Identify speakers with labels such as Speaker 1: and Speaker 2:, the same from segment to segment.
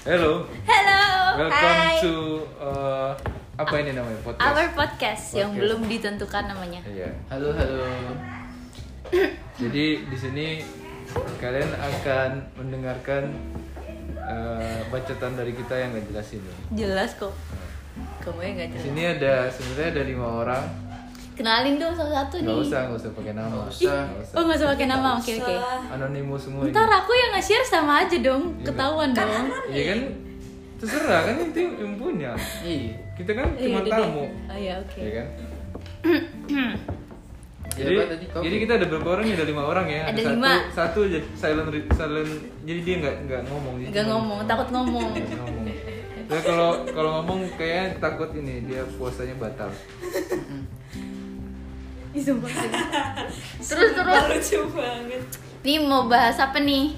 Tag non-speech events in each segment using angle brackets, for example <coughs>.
Speaker 1: Hello,
Speaker 2: Hello,
Speaker 1: welcome
Speaker 2: Oh, hi.
Speaker 1: to uh, apa ini namanya podcast?
Speaker 2: our podcast yang
Speaker 1: Podcast.
Speaker 2: belum ditentukan namanya.
Speaker 1: Iya.
Speaker 3: Halo halo.
Speaker 1: <coughs> Jadi di sini kalian akan mendengarkan uh, bacaan dari kita yang gak jelas ini.
Speaker 2: Jelas kok. Kamu yang nggak
Speaker 1: Di
Speaker 2: jelas.
Speaker 1: sini ada sebenarnya ada lima orang.
Speaker 2: Kenalin dong satu-satu nih.
Speaker 1: Gak usah, gak usah pakai nama.
Speaker 3: Nggak usah.
Speaker 1: Nggak usah.
Speaker 2: Oh nggak usah pakai nama, oke oke.
Speaker 1: Anonimus semua ini.
Speaker 2: Ntar aku yang nge-share sama aja dong,
Speaker 1: Iya.
Speaker 2: ketahuan dong.
Speaker 1: Iya kan? Terserah kan itu yang punya.
Speaker 3: Iya.
Speaker 1: Kita kan
Speaker 2: Iya,
Speaker 1: cuma
Speaker 2: udah deh.
Speaker 1: tamu.
Speaker 2: Oh iya oke.
Speaker 1: Iya kan?
Speaker 3: Jadi,
Speaker 1: Jadi,
Speaker 3: Iya, tadi kau?
Speaker 1: jadi kita ada berapa orang ya? Ada lima orang ya.
Speaker 2: Ada
Speaker 1: satu,
Speaker 2: lima.
Speaker 1: Satu aja silent, re- silent. Jadi dia nggak nggak ngomong. dia
Speaker 2: Nggak
Speaker 1: cuma-
Speaker 2: ngomong, takut ngomong.
Speaker 1: Nggak ngomong. Nah, kalau kalau ngomong kayaknya takut ini dia puasanya batal.
Speaker 2: Ih, sumpah. terus terus.
Speaker 4: lucu banget
Speaker 2: Nih mau bahas apa nih?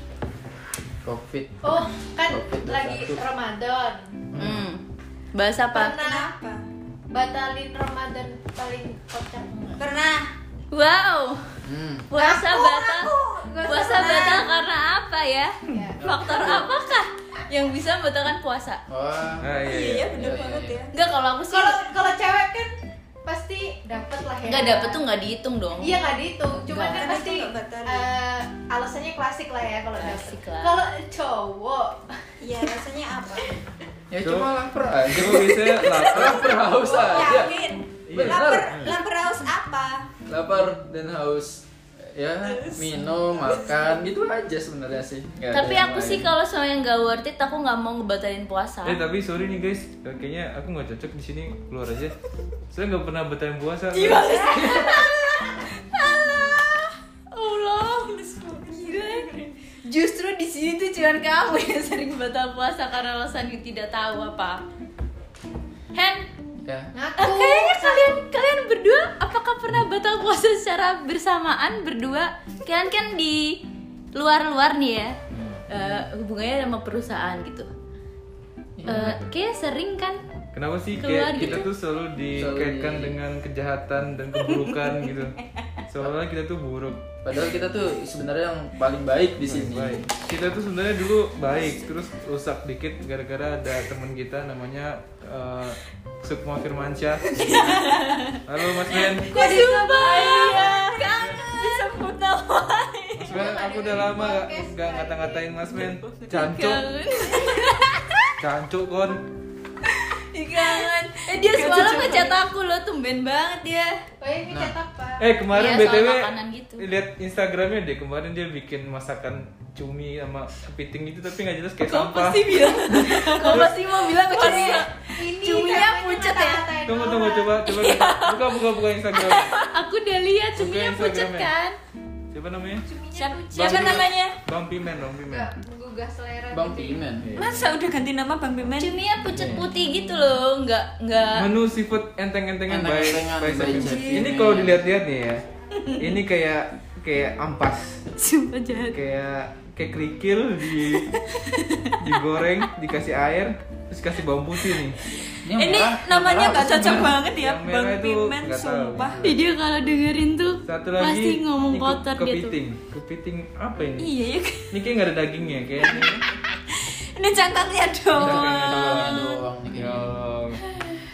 Speaker 3: Covid.
Speaker 4: oh kan
Speaker 3: Covid
Speaker 4: lagi
Speaker 3: 21.
Speaker 4: Ramadan
Speaker 2: Hmm. Bahas apa?
Speaker 4: pernah batalin Ramadan paling kocak pernah
Speaker 2: Wow.
Speaker 3: Hmm.
Speaker 2: Puasa
Speaker 4: Aku,
Speaker 2: batal.
Speaker 4: aku. Nggak
Speaker 2: Puasa
Speaker 4: usah
Speaker 2: batal
Speaker 4: pernah.
Speaker 2: karena apa ya?
Speaker 4: Ya.
Speaker 2: Faktor apakah yang bisa membatalkan puasa?
Speaker 3: Wah.
Speaker 1: Nah, iya, iya.
Speaker 3: bener banget ya.
Speaker 2: Enggak kalau aku sih
Speaker 4: kalau kalau cewek kan pasti dapet lah ya
Speaker 2: enggak dapet tuh enggak dihitung dong.
Speaker 4: Iya nggak dihitung, cuman
Speaker 2: Nggak.
Speaker 4: kan
Speaker 5: Karena
Speaker 4: pasti
Speaker 5: itu nggak batal.
Speaker 4: eh, alasannya klasik lah ya kalau dapet.
Speaker 2: Klasik lah.
Speaker 4: Kalau cowok,
Speaker 5: Iya, rasanya apa?
Speaker 3: Ya
Speaker 1: Cuma-
Speaker 3: cuma lapar aja.
Speaker 1: Cuma biasanya lapar.
Speaker 3: Lapar haus
Speaker 1: ah,
Speaker 3: aja.
Speaker 5: Yakin?
Speaker 3: Iya.
Speaker 5: Laper, laper haus apa?
Speaker 3: Lapar dan haus ya minum makan gitu aja sebenarnya sih Nggak ada
Speaker 2: Tapi
Speaker 3: yang
Speaker 2: aku sih
Speaker 3: lain.
Speaker 2: kalau sama yang enggak worth it aku nggak mau ngebatalin puasa.
Speaker 1: Eh tapi sorry nih guys, kayaknya aku nggak cocok di sini keluar aja. Saya nggak pernah batalin puasa.
Speaker 2: Iya. Allah. Justru di sini tuh cuman kamu yang sering batal puasa karena alasan yang tidak tahu apa. Hen, eh,
Speaker 3: ya.
Speaker 4: ngaku.
Speaker 2: <laughs> kayaknya kalian kalian berdua apakah pernah batal puasa secara bersamaan berdua? Kalian kan di luar-luar nih ya. Eh, hubungannya sama perusahaan gitu. Eh, kayaknya sering kan
Speaker 1: Kenapa sih
Speaker 2: Keluar
Speaker 1: kayak kita
Speaker 2: gitu.
Speaker 1: tuh selalu dikaitkan
Speaker 3: Selalu di-
Speaker 1: dengan kejahatan dan keburukan
Speaker 2: <laughs>
Speaker 1: gitu. Soalnya kita tuh buruk.
Speaker 3: Padahal kita tuh sebenarnya yang paling baik di sini.
Speaker 1: Baik. Kita tuh sebenarnya dulu baik, terus rusak dikit gara-gara ada teman kita namanya eh, Sukma Firmansyah. Halo Mas Ben.
Speaker 2: Kok disebut? Kangen. Disebut
Speaker 1: Mas Ben, aku udah lama gak, gak ngata-ngatain Mas Ben. Cancuk,
Speaker 2: Kangen.
Speaker 1: cancuk kon.
Speaker 2: Ih, Kangen. Eh dia semalam ngecat aku loh, tumben banget dia.
Speaker 4: Oh ini ngecat apa?
Speaker 1: Eh kemarin
Speaker 2: Iya, soal
Speaker 1: BTW
Speaker 2: makanan gitu.
Speaker 1: lihat Instagramnya deh kemarin dia bikin masakan cumi sama kepiting gitu tapi nggak jelas kayak
Speaker 2: Kau
Speaker 1: sampah.
Speaker 2: pasti <laughs> bilang. Kau pasti mau bilang
Speaker 4: Ini,
Speaker 2: puasa.
Speaker 4: ini
Speaker 2: Cuminya
Speaker 4: katanya
Speaker 2: pucat ya?
Speaker 4: ngata-ngatain
Speaker 1: Tunggu tunggu
Speaker 4: orang.
Speaker 1: coba
Speaker 2: <laughs>
Speaker 1: coba kita- buka buka buka Instagram.
Speaker 2: Aku udah lihat
Speaker 1: Buka
Speaker 2: cuminya pucet
Speaker 1: Instagramnya.
Speaker 2: kan.
Speaker 1: Siapa namanya?
Speaker 4: Cuminya
Speaker 5: Siapa,
Speaker 4: pucat.
Speaker 5: siapa
Speaker 1: Bang-
Speaker 5: namanya?
Speaker 1: Bang Pimen, Bang Pimen.
Speaker 4: Nggak menggugah selera.
Speaker 3: Bang
Speaker 4: gitu.
Speaker 3: Pimen.
Speaker 5: Masa udah ganti nama Bang Bimen?
Speaker 2: Cuminya pucet putih gitu loh, enggak enggak
Speaker 1: Menu seafood enteng-entengan by
Speaker 3: Enteng-entengan
Speaker 1: by
Speaker 3: by
Speaker 1: Sapiens.
Speaker 3: Sapiens.
Speaker 1: Ini kalau dilihat-lihat nih ya. Ini kayak kayak ampas,
Speaker 5: Sumpah jahat.
Speaker 1: kayak kayak kerikil di digoreng, dikasih air, terus kasih bawang putih nih.
Speaker 3: yang
Speaker 5: Ini
Speaker 3: merah, yang
Speaker 5: namanya
Speaker 3: merah
Speaker 5: gak
Speaker 3: apa sih
Speaker 5: cocok
Speaker 3: merah?
Speaker 5: banget ya,
Speaker 1: Yang merah
Speaker 5: Bang
Speaker 1: itu
Speaker 5: Bimen,
Speaker 1: nggak tahu.
Speaker 5: sumpah.
Speaker 2: Ih, dia kalau dengerin tuh
Speaker 1: Satu lagi
Speaker 2: pasti ngomong
Speaker 1: ini ke-
Speaker 2: kotor gitu. dia tuh.
Speaker 1: kepiting. Kepiting apa ini?
Speaker 5: Iya ya,
Speaker 1: Ini kayak nggak ada dagingnya kayaknya.
Speaker 5: ini cangkangnya
Speaker 1: Cangkangnya
Speaker 3: Warnanya
Speaker 5: doang.
Speaker 3: doang nih
Speaker 1: ya
Speaker 3: kayaknya.
Speaker 1: Allah.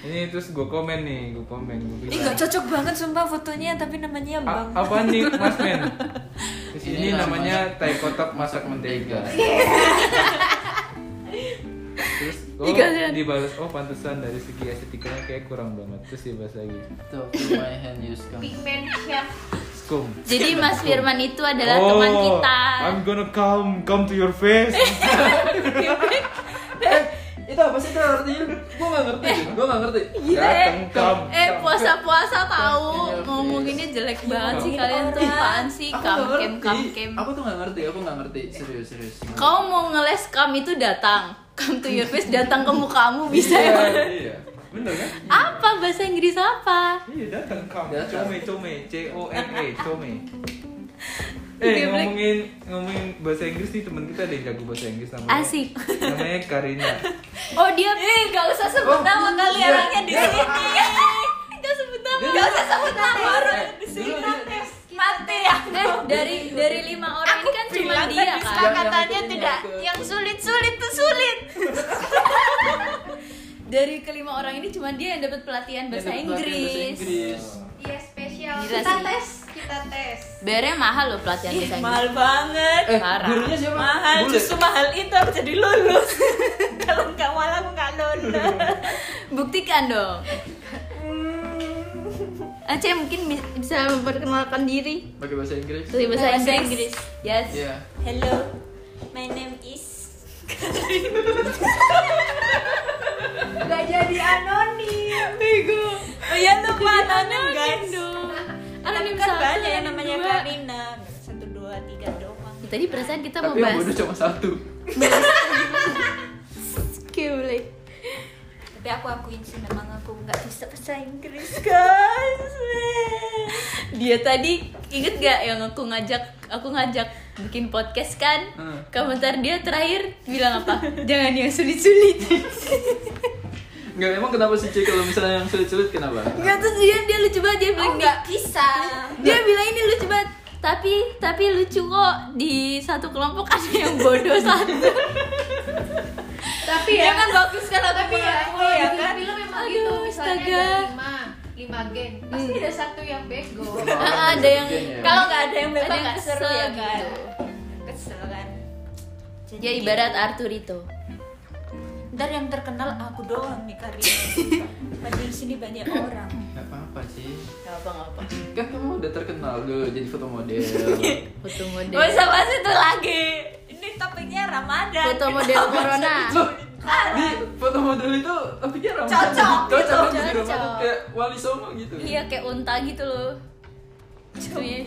Speaker 1: Ini terus gue komen nih, gue komen. Gua
Speaker 5: Ini
Speaker 1: bilang,
Speaker 5: gak cocok banget sumpah fotonya, tapi namanya
Speaker 1: A-
Speaker 5: Bang.
Speaker 1: Ah, apa nih Mas
Speaker 2: <laughs>
Speaker 1: Men? Di sini
Speaker 2: Iya,
Speaker 3: Ini
Speaker 1: namanya
Speaker 3: namanya
Speaker 1: tai kotak masak mentega. Terus oh,
Speaker 2: Ikan ya?
Speaker 1: dibalas oh pantesan dari segi estetikanya kayak kurang banget. Terus dibahas lagi.
Speaker 3: Tuh, my hand use
Speaker 4: <laughs>
Speaker 3: come.
Speaker 4: Pigmen chef.
Speaker 1: Skum. Oh,
Speaker 2: Jadi Mas Firman itu adalah teman kita.
Speaker 1: I'm gonna come come to your
Speaker 2: <laughs>
Speaker 1: face.
Speaker 3: Eh, itu apa sih itu artinya? Gue gak ngerti, gue gak ngerti
Speaker 2: Gila,
Speaker 1: Dateng come.
Speaker 2: Iya, Eh puasa-puasa
Speaker 3: Iya,
Speaker 2: tahu ngomonginnya jelek banget sih kalian tuh apaan sih
Speaker 3: Aku
Speaker 2: kam
Speaker 3: gak
Speaker 2: kem
Speaker 3: ngerti,
Speaker 2: kam kem.
Speaker 3: aku tuh gak ngerti, aku gak ngerti, serius, serius
Speaker 2: Kau mau ngeles kam itu datang. Come to your face datang ke mukamu bisa
Speaker 1: Iya,
Speaker 2: ya.
Speaker 1: iya. Bener kan?
Speaker 2: Apa bahasa Inggris apa?
Speaker 1: Iya datang come.
Speaker 3: Datang.
Speaker 1: Come come C O N E come.
Speaker 2: Dia
Speaker 1: Eh
Speaker 2: bilang-
Speaker 1: ngomongin ngomongin bahasa Inggris nih teman kita ada yang jago bahasa Inggris namanya.
Speaker 2: Asik.
Speaker 1: Namanya
Speaker 2: <laughs>
Speaker 1: Karina.
Speaker 2: Oh dia eh gak usah sebut
Speaker 3: Oh,
Speaker 2: nama kali
Speaker 3: iya.
Speaker 2: orangnya di <laughs> sini. Gak sebut nama.
Speaker 3: Dia-
Speaker 2: Gak usah sebut nama.
Speaker 3: Eh, dulu dia-
Speaker 4: Tes.
Speaker 2: Mati ya. eh dari dari lima orang ini kan cuma
Speaker 5: bilang
Speaker 2: dia
Speaker 5: tadi
Speaker 2: kan
Speaker 5: Kesepakatannya
Speaker 3: Yang- yang
Speaker 5: tidak
Speaker 3: itu-
Speaker 5: yang sulit-sulit tuh sulit.
Speaker 2: dari kelima orang ini cuma dia yang dapat pelatihan bahasa
Speaker 3: Dapat pelatihan bahasa
Speaker 2: Inggris
Speaker 3: Inggris.
Speaker 4: Iya spesial.
Speaker 2: Gila
Speaker 4: kita
Speaker 2: sih.
Speaker 4: tes, kita tes.
Speaker 2: Bayarnya mahal loh pelatihan bahasa Inggris
Speaker 5: Iya, Mahal banget.
Speaker 3: Eh,
Speaker 2: Parah.
Speaker 3: gurunya siapa?
Speaker 5: mahal
Speaker 3: Bule.
Speaker 5: justru mahal itu aku jadi lulus <laughs> kalau nggak malah aku nggak lulus
Speaker 2: buktikan dong
Speaker 5: Hmm.
Speaker 2: Aceh mungkin bi- bisa memperkenalkan diri
Speaker 3: Pakai bahasa Inggris.
Speaker 2: dari bahasa,
Speaker 5: Bahasa
Speaker 2: Inggris.
Speaker 5: Inggris.
Speaker 2: Yes.
Speaker 3: Iya.
Speaker 5: hello my name <laughs> is
Speaker 4: Gak jadi anonim.
Speaker 5: bego oh ya lupa anonim guys
Speaker 2: Aduh.
Speaker 5: anonim
Speaker 2: Anonim
Speaker 5: kan
Speaker 2: satu,
Speaker 5: banyak yang
Speaker 2: anonim
Speaker 5: namanya
Speaker 2: dua.
Speaker 5: Karina satu dua tiga doang
Speaker 2: Ya, Tadi perasaan kita mau
Speaker 3: Tapi yang
Speaker 2: bahas.
Speaker 3: bodoh cuma satu.
Speaker 2: Oke, boleh.
Speaker 5: tapi aku akuin sih memang aku nggak bisa bahasa Inggris guys
Speaker 2: Dia tadi inget gak yang aku ngajak aku ngajak bikin podcast kan?
Speaker 3: Hmm.
Speaker 2: Komentar dia terakhir bilang apa? Jangan yang sulit-sulit.
Speaker 3: Enggak emang kenapa sih Ci kalau misalnya yang sulit-sulit kenapa?
Speaker 2: Enggak terus dia dia lucu banget dia bilang enggak.
Speaker 5: bisa
Speaker 2: Dia bilang ini lucu banget. Tapi tapi lucu kok di satu kelompok ada yang bodoh satu.
Speaker 4: Tapi
Speaker 5: Iya
Speaker 4: ya.
Speaker 5: kan bagus kan aku
Speaker 4: tapi ya
Speaker 5: mengaku,
Speaker 4: kalau
Speaker 5: ya
Speaker 4: di
Speaker 5: kan
Speaker 4: film memang
Speaker 2: Aduh,
Speaker 4: gitu misalnya
Speaker 2: astaga.
Speaker 4: ada lima lima geng pasti
Speaker 5: Hmm.
Speaker 4: ada satu yang bego
Speaker 2: Ah, ada yang
Speaker 5: kalau nggak ada yang
Speaker 2: Ada
Speaker 5: bebas
Speaker 2: yang
Speaker 5: nggak seru
Speaker 2: kesel
Speaker 5: ya kan
Speaker 2: gitu.
Speaker 5: kesel kan Jadi
Speaker 2: Ya ibarat Arturito.
Speaker 5: Ntar yang terkenal aku doang nih Karina Padahal di sini banyak orang
Speaker 3: Enggak apa-apa sih.
Speaker 2: Gak apa-apa.
Speaker 3: Kan kamu udah terkenal dulu jadi foto
Speaker 2: <laughs>
Speaker 3: model.
Speaker 2: Foto model.
Speaker 5: Gak usah bahas itu lagi Ini topiknya Ramadan
Speaker 2: Foto model corona.
Speaker 3: Loh, di foto model itu topiknya ramah.
Speaker 5: Cocok,
Speaker 3: Cocok,
Speaker 2: gitu,
Speaker 3: jadi
Speaker 2: cocok.
Speaker 3: ramah kayak wali songo gitu.
Speaker 2: Iya kayak unta gitu loh. Gitu Itunya.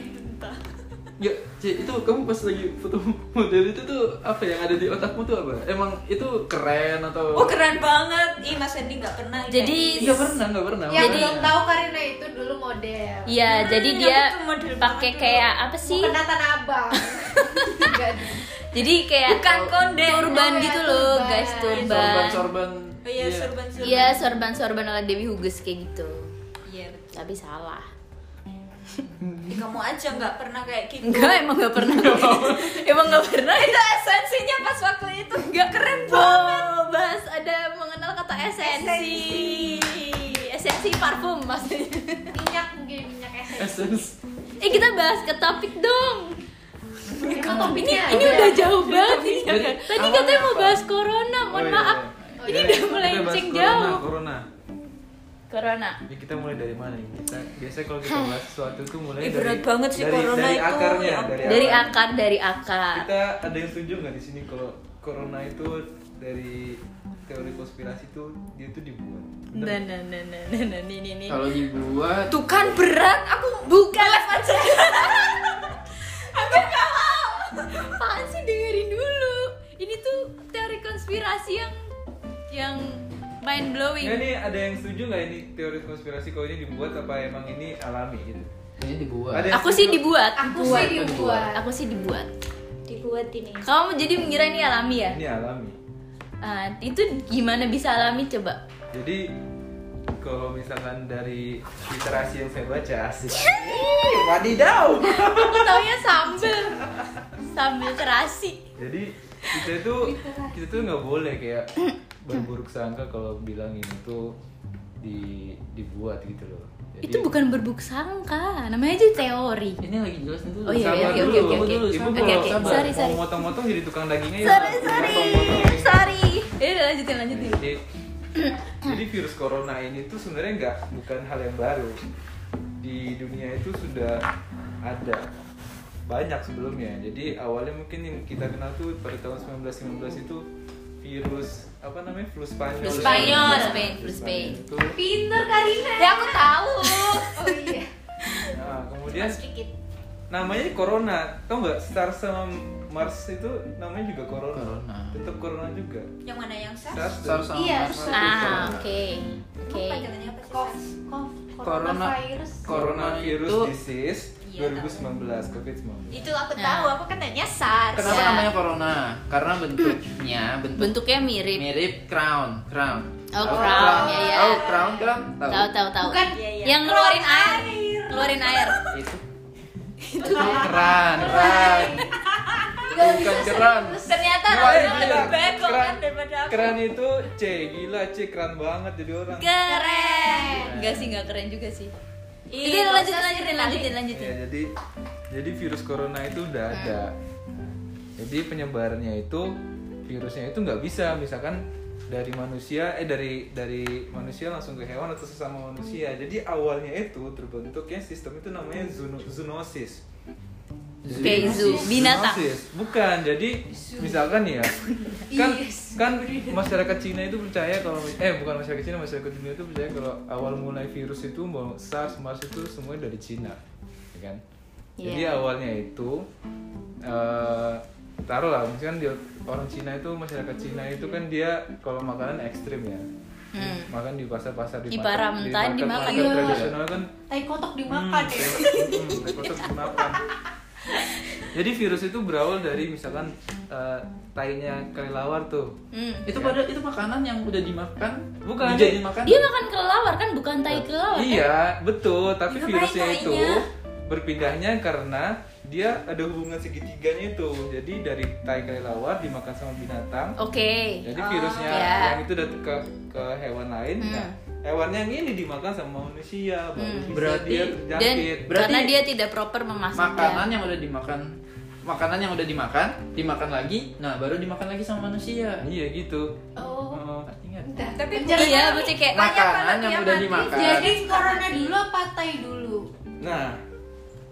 Speaker 3: Ya, Ci, itu kamu pas lagi foto <laughs> model itu tuh apa yang ada di otakmu tuh apa? Emang itu keren atau?
Speaker 5: Oh keren banget Ih Mas Hendy gak Iya, pernah ya?
Speaker 2: Jadi-
Speaker 3: Nggak pernah, nggak pernah.
Speaker 4: yang
Speaker 3: Nggak
Speaker 4: belum
Speaker 3: pernah.
Speaker 4: tahu Karina itu dulu model
Speaker 2: Iya,
Speaker 5: Hmm,
Speaker 2: jadi
Speaker 5: aku
Speaker 2: dia
Speaker 5: tuh model
Speaker 2: pakai
Speaker 5: banget dulu.
Speaker 2: kayak apa
Speaker 4: sih
Speaker 2: sih?
Speaker 4: bukan tanah
Speaker 5: <laughs>
Speaker 4: abang Enggak deh.
Speaker 2: Jadi kayak
Speaker 5: Bukan konde.
Speaker 2: turban
Speaker 4: Oh, ya,
Speaker 2: gitu loh,
Speaker 4: turban.
Speaker 2: guys, turban.
Speaker 3: sorban sorban
Speaker 5: Oh iya surban surban
Speaker 2: Iya, sorban-sorban ala Dewi Hugus kayak gitu.
Speaker 5: Iya, betul.
Speaker 2: Tapi
Speaker 5: <laughs>
Speaker 2: salah.
Speaker 5: Ih, Kamu aja gak pernah kayak gitu
Speaker 2: Enggak, emang gak pernah. <laughs> emang gak pernah.
Speaker 5: Itu esensinya pas waktu itu
Speaker 2: Enggak keren banget. bahas ada mengenal kata esensi. Esensi parfum maksudnya.
Speaker 4: minyak mungkin minyak essence
Speaker 3: essence
Speaker 2: Eh, kita bahas ke topik dong.
Speaker 4: Emang
Speaker 2: Ini
Speaker 4: topiknya
Speaker 2: ini
Speaker 4: ada.
Speaker 2: udah jauh banget ini.
Speaker 3: Jadi,
Speaker 2: Tadi
Speaker 3: awalnya
Speaker 2: katanya mau
Speaker 3: apa?
Speaker 2: bahas corona, Ah,
Speaker 1: Oh,
Speaker 2: mohon
Speaker 1: iya,
Speaker 2: maaf.
Speaker 1: iya.
Speaker 4: Oh,
Speaker 2: Ini
Speaker 4: iya.
Speaker 2: udah
Speaker 1: Kita bahas
Speaker 2: melenceng
Speaker 1: corona,
Speaker 2: jauh.
Speaker 1: Corona.
Speaker 2: Corona.
Speaker 1: Ya, kita mulai dari mana ini? Kita biasanya kalau kita bahas sesuatu tuh mulai
Speaker 5: Ih,
Speaker 1: dari
Speaker 5: berat banget sih
Speaker 1: dari,
Speaker 5: corona
Speaker 1: dari
Speaker 5: itu.
Speaker 1: akarnya,
Speaker 5: Ya ampun.
Speaker 1: dari,
Speaker 2: Dari
Speaker 1: akar.
Speaker 2: akar, dari akar.
Speaker 1: Kita ada yang setuju nggak di sini kalau corona itu dari teori konspirasi tuh dia tuh dibuat. Bener
Speaker 2: Nah, nah, nah, nah, nah, nah, nih, nih, nih.
Speaker 3: kalau dibuat
Speaker 2: Tuh kan berat, aku bukan aja. aku gak mau. Apaan sih dengerin dulu? Ini tuh teori konspirasi yang yang
Speaker 1: Nggak,
Speaker 2: mind blowing.
Speaker 1: ini ada yang setuju nggak ini teori konspirasi kalau ini dibuat apa emang ini alami gitu?
Speaker 3: ini dibuat
Speaker 1: Ada-
Speaker 2: Aku sih dibuat.
Speaker 4: aku sih
Speaker 3: Dibuat.
Speaker 4: dibuat
Speaker 2: Aku sih dibuat.
Speaker 5: Dibuat ini
Speaker 2: Kamu jadi mengira ini alami ya?
Speaker 1: Ini alami.
Speaker 2: Ah, itu gimana bisa alami coba?
Speaker 1: Jadi kalau misalkan dari literasi yang saya baca asik. Wadidaw.
Speaker 2: Aku taunya sambel. Sambel terasi.
Speaker 1: Jadi kita itu kita tuh nggak boleh kayak berburuk sangka kalau bilang ini tuh di dibuat gitu loh. Jadi,
Speaker 2: Itu bukan berbuk sangka, namanya aja teori.
Speaker 3: ini lagi jelasin dulu
Speaker 2: Oh, iya,
Speaker 1: sabar
Speaker 2: iya, oke,
Speaker 1: dulu,
Speaker 2: oke, oke,
Speaker 1: kamu
Speaker 2: oke.
Speaker 1: dulu,
Speaker 2: Oke,
Speaker 1: Ibu
Speaker 2: oke,
Speaker 1: kalau
Speaker 2: oke.
Speaker 1: sabar.
Speaker 2: Sorry, sorry.
Speaker 1: Mau motong-motong jadi tukang dagingnya ya.
Speaker 2: Sorry,
Speaker 1: Ibu.
Speaker 2: sorry,
Speaker 1: Motong-motong.
Speaker 2: Iya. sorry. Ya udah lanjutin, lanjutin.
Speaker 1: Jadi, jadi virus corona ini tuh sebenarnya nggak bukan hal yang baru. Di dunia itu sudah ada banyak sebelumnya. Jadi awalnya mungkin yang kita kenal tuh pada tahun 1919 itu virus apa namanya flu Spanyol.
Speaker 2: Flu Spanyol,
Speaker 1: Nah,
Speaker 2: Spain, flu Spain.
Speaker 1: Itu,
Speaker 4: pinter Karina
Speaker 5: Ya aku tahu
Speaker 4: oh iya
Speaker 1: nah, kemudian
Speaker 5: Sedikit
Speaker 1: namanya corona, tau nggak? SARS sama Mars itu namanya juga corona.
Speaker 3: Corona.
Speaker 1: Tetap corona juga.
Speaker 5: Yang mana yang sah?
Speaker 1: SARS.
Speaker 3: Sar sama
Speaker 4: Iya,
Speaker 3: Mars
Speaker 4: Sar.
Speaker 3: itu
Speaker 2: Ah,
Speaker 3: corona.
Speaker 2: oke. Oke.
Speaker 5: Panjangannya apa sih?
Speaker 4: Kof,
Speaker 5: Sas?
Speaker 4: kof,
Speaker 3: Corona.
Speaker 4: coronavirus.
Speaker 1: Coronavirus
Speaker 3: Itu-
Speaker 1: disease
Speaker 5: Iya,
Speaker 1: 2019 COVID-19.
Speaker 5: Itu
Speaker 2: Nah.
Speaker 5: aku tahu, aku kan tanya SARS.
Speaker 3: kenapa
Speaker 2: Ya.
Speaker 3: namanya corona karena bentuknya bentuk
Speaker 2: Bentuknya mirip.
Speaker 3: mirip crown crown
Speaker 2: Oh,
Speaker 3: Tahu
Speaker 2: crown, ya, ya.
Speaker 3: Tahu crown kan
Speaker 2: Tahu tahu tahu.
Speaker 4: Bukan,
Speaker 5: iya, iya.
Speaker 2: yang ngeluarin
Speaker 5: Keluar
Speaker 2: air.
Speaker 5: air.
Speaker 2: Ngeluarin air.
Speaker 3: itu
Speaker 2: itu kan.
Speaker 3: Keran, keran. Bukan keran.
Speaker 2: ternyata
Speaker 3: Wah,
Speaker 2: Ronaldo
Speaker 3: gila.
Speaker 2: lebih baik.
Speaker 5: Bego kan
Speaker 1: Keren.
Speaker 5: daripada aku.
Speaker 1: Keren itu C, gila C keren banget jadi orang.
Speaker 2: keren enggak sih enggak keren juga sih
Speaker 5: Ih,
Speaker 2: Oke,
Speaker 5: nggak
Speaker 2: lanjutin
Speaker 5: usah sih,
Speaker 2: lanjutin lanjutin lanjutin
Speaker 1: Ya, jadi jadi virus corona itu udah ada. Jadi penyebarannya itu virusnya itu nggak bisa misalkan dari manusia eh dari dari manusia langsung ke hewan atau sesama manusia. Jadi awalnya itu terbentuknya sistem itu namanya zuno- zoonosis.
Speaker 2: Kayak zoo, binatang.
Speaker 1: Zoonosis. Bukan. Jadi misalkan ya kan
Speaker 2: Iya,
Speaker 1: kan masyarakat Cina itu percaya kalau eh bukan masyarakat Cina masyarakat dunia itu percaya kalau awal mulai virus itu mau SARS, MERS itu semuanya dari Cina, ya kan? Jadi
Speaker 2: Iya.
Speaker 1: awalnya itu eh taruh lah misalkan dia, orang Cina itu masyarakat Cina itu kan dia kalau makanan ekstrim ya
Speaker 2: Hmm.
Speaker 1: makan di pasar-pasar di
Speaker 2: Di
Speaker 1: market-
Speaker 2: para mentah
Speaker 1: market-
Speaker 2: dimakan.
Speaker 1: market
Speaker 2: Iya.
Speaker 1: tradisional kan
Speaker 5: Tai kotok dimakan ya.
Speaker 1: Hmm, repot kenapa? Jadi virus itu berawal dari misalkan eh, tainya kelelawar tuh.
Speaker 2: Hmm.
Speaker 3: Itu pada itu makanan yang udah dimakan,
Speaker 1: Bukan.
Speaker 3: dijadiin makan.
Speaker 5: Iya.
Speaker 2: dia makan kelelawar kan bukan tai kelelawar kan?
Speaker 1: Nah, Iya, betul. Tapi
Speaker 5: Ngapain
Speaker 1: virusnya itu
Speaker 5: tainya?
Speaker 1: berpindahnya karena dia ada hubungan segitiganya itu. Jadi dari tai kelelawar dimakan sama binatang.
Speaker 2: oke
Speaker 1: Jadi virusnya
Speaker 2: Oh. iya.
Speaker 1: yang itu udah ke ke hewan lain.
Speaker 2: Hmm.
Speaker 1: Nah, hewannya yang ini dimakan sama manusia, baru
Speaker 2: Hmm.
Speaker 1: bisa
Speaker 3: Berarti-
Speaker 1: dia
Speaker 2: dan
Speaker 1: terjangkit.
Speaker 3: Berarti-
Speaker 2: karena dia tidak proper ya. memasaknya
Speaker 3: Makanan yang udah dimakan, makanan yang udah dimakan, dimakan lagi, nah baru dimakan lagi sama manusia.
Speaker 1: Iya gitu.
Speaker 4: Oh.
Speaker 1: Oh.
Speaker 3: Ngerti nggak?
Speaker 5: Tapi
Speaker 2: iya berarti kayak
Speaker 3: Makanan yang udah dimakan.
Speaker 4: ya, Jadi corona dulu apa tai dulu?
Speaker 1: Nah,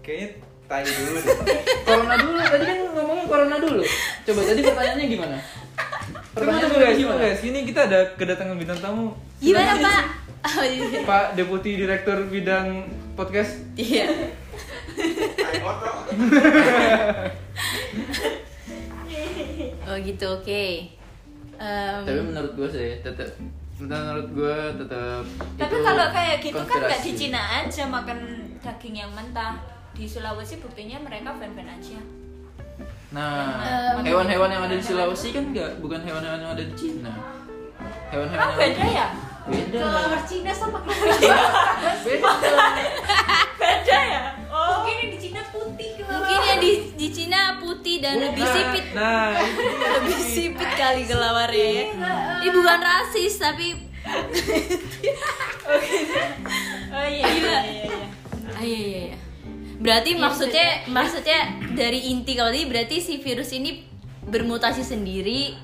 Speaker 1: kayaknya tai dulu
Speaker 2: <laughs>
Speaker 1: deh.
Speaker 3: Corona dulu, tadi kan ngomongnya corona dulu. Coba tadi pertanyaannya gimana?
Speaker 1: Pertanyaan
Speaker 3: Pertanyaannya
Speaker 1: dulu guys,
Speaker 3: gimana?
Speaker 1: dulu guys. Ini kita ada kedatangan bintang tamu.
Speaker 2: gimana pak Oh, iya.
Speaker 1: Pak Deputi Direktur Bidang Podcast.
Speaker 2: iya oh gitu oke Em,
Speaker 3: Tapi menurut gue sih tetap menurut gue tetap
Speaker 5: Tapi
Speaker 3: itu
Speaker 5: kalau kayak gitu kan nggak di
Speaker 3: konspirasi.
Speaker 5: Cina aja makan daging yang mentah. Di Sulawesi buktinya mereka fan-fan aja.
Speaker 3: Nah,
Speaker 5: Eh,
Speaker 3: hewan-hewan yang ada di Sulawesi kan nggak bukan hewan-hewan yang ada di Cina. Hewan-hewan yang
Speaker 5: Emang beda <laughs> ya?
Speaker 3: Beda.
Speaker 4: Kelelawar Cina sama
Speaker 3: <laughs>
Speaker 4: kelelawar.
Speaker 3: Beda.
Speaker 5: Beda ya? Oh.
Speaker 4: Mungkin yang di Cina putih
Speaker 2: mungkin
Speaker 4: kelelawar.
Speaker 2: yang di, di Cina putih dan lebih
Speaker 1: Nah,
Speaker 2: sipit
Speaker 1: Nah, itu dia.
Speaker 2: lebih sipit kali gelawarnya ya ini bukan rasis tapi
Speaker 5: Oh iya iya iya. iya.
Speaker 2: Ah, iya iya iya. Berarti maksudnya
Speaker 1: iya.
Speaker 2: maksudnya dari inti kalau tadi berarti si virus ini bermutasi sendiri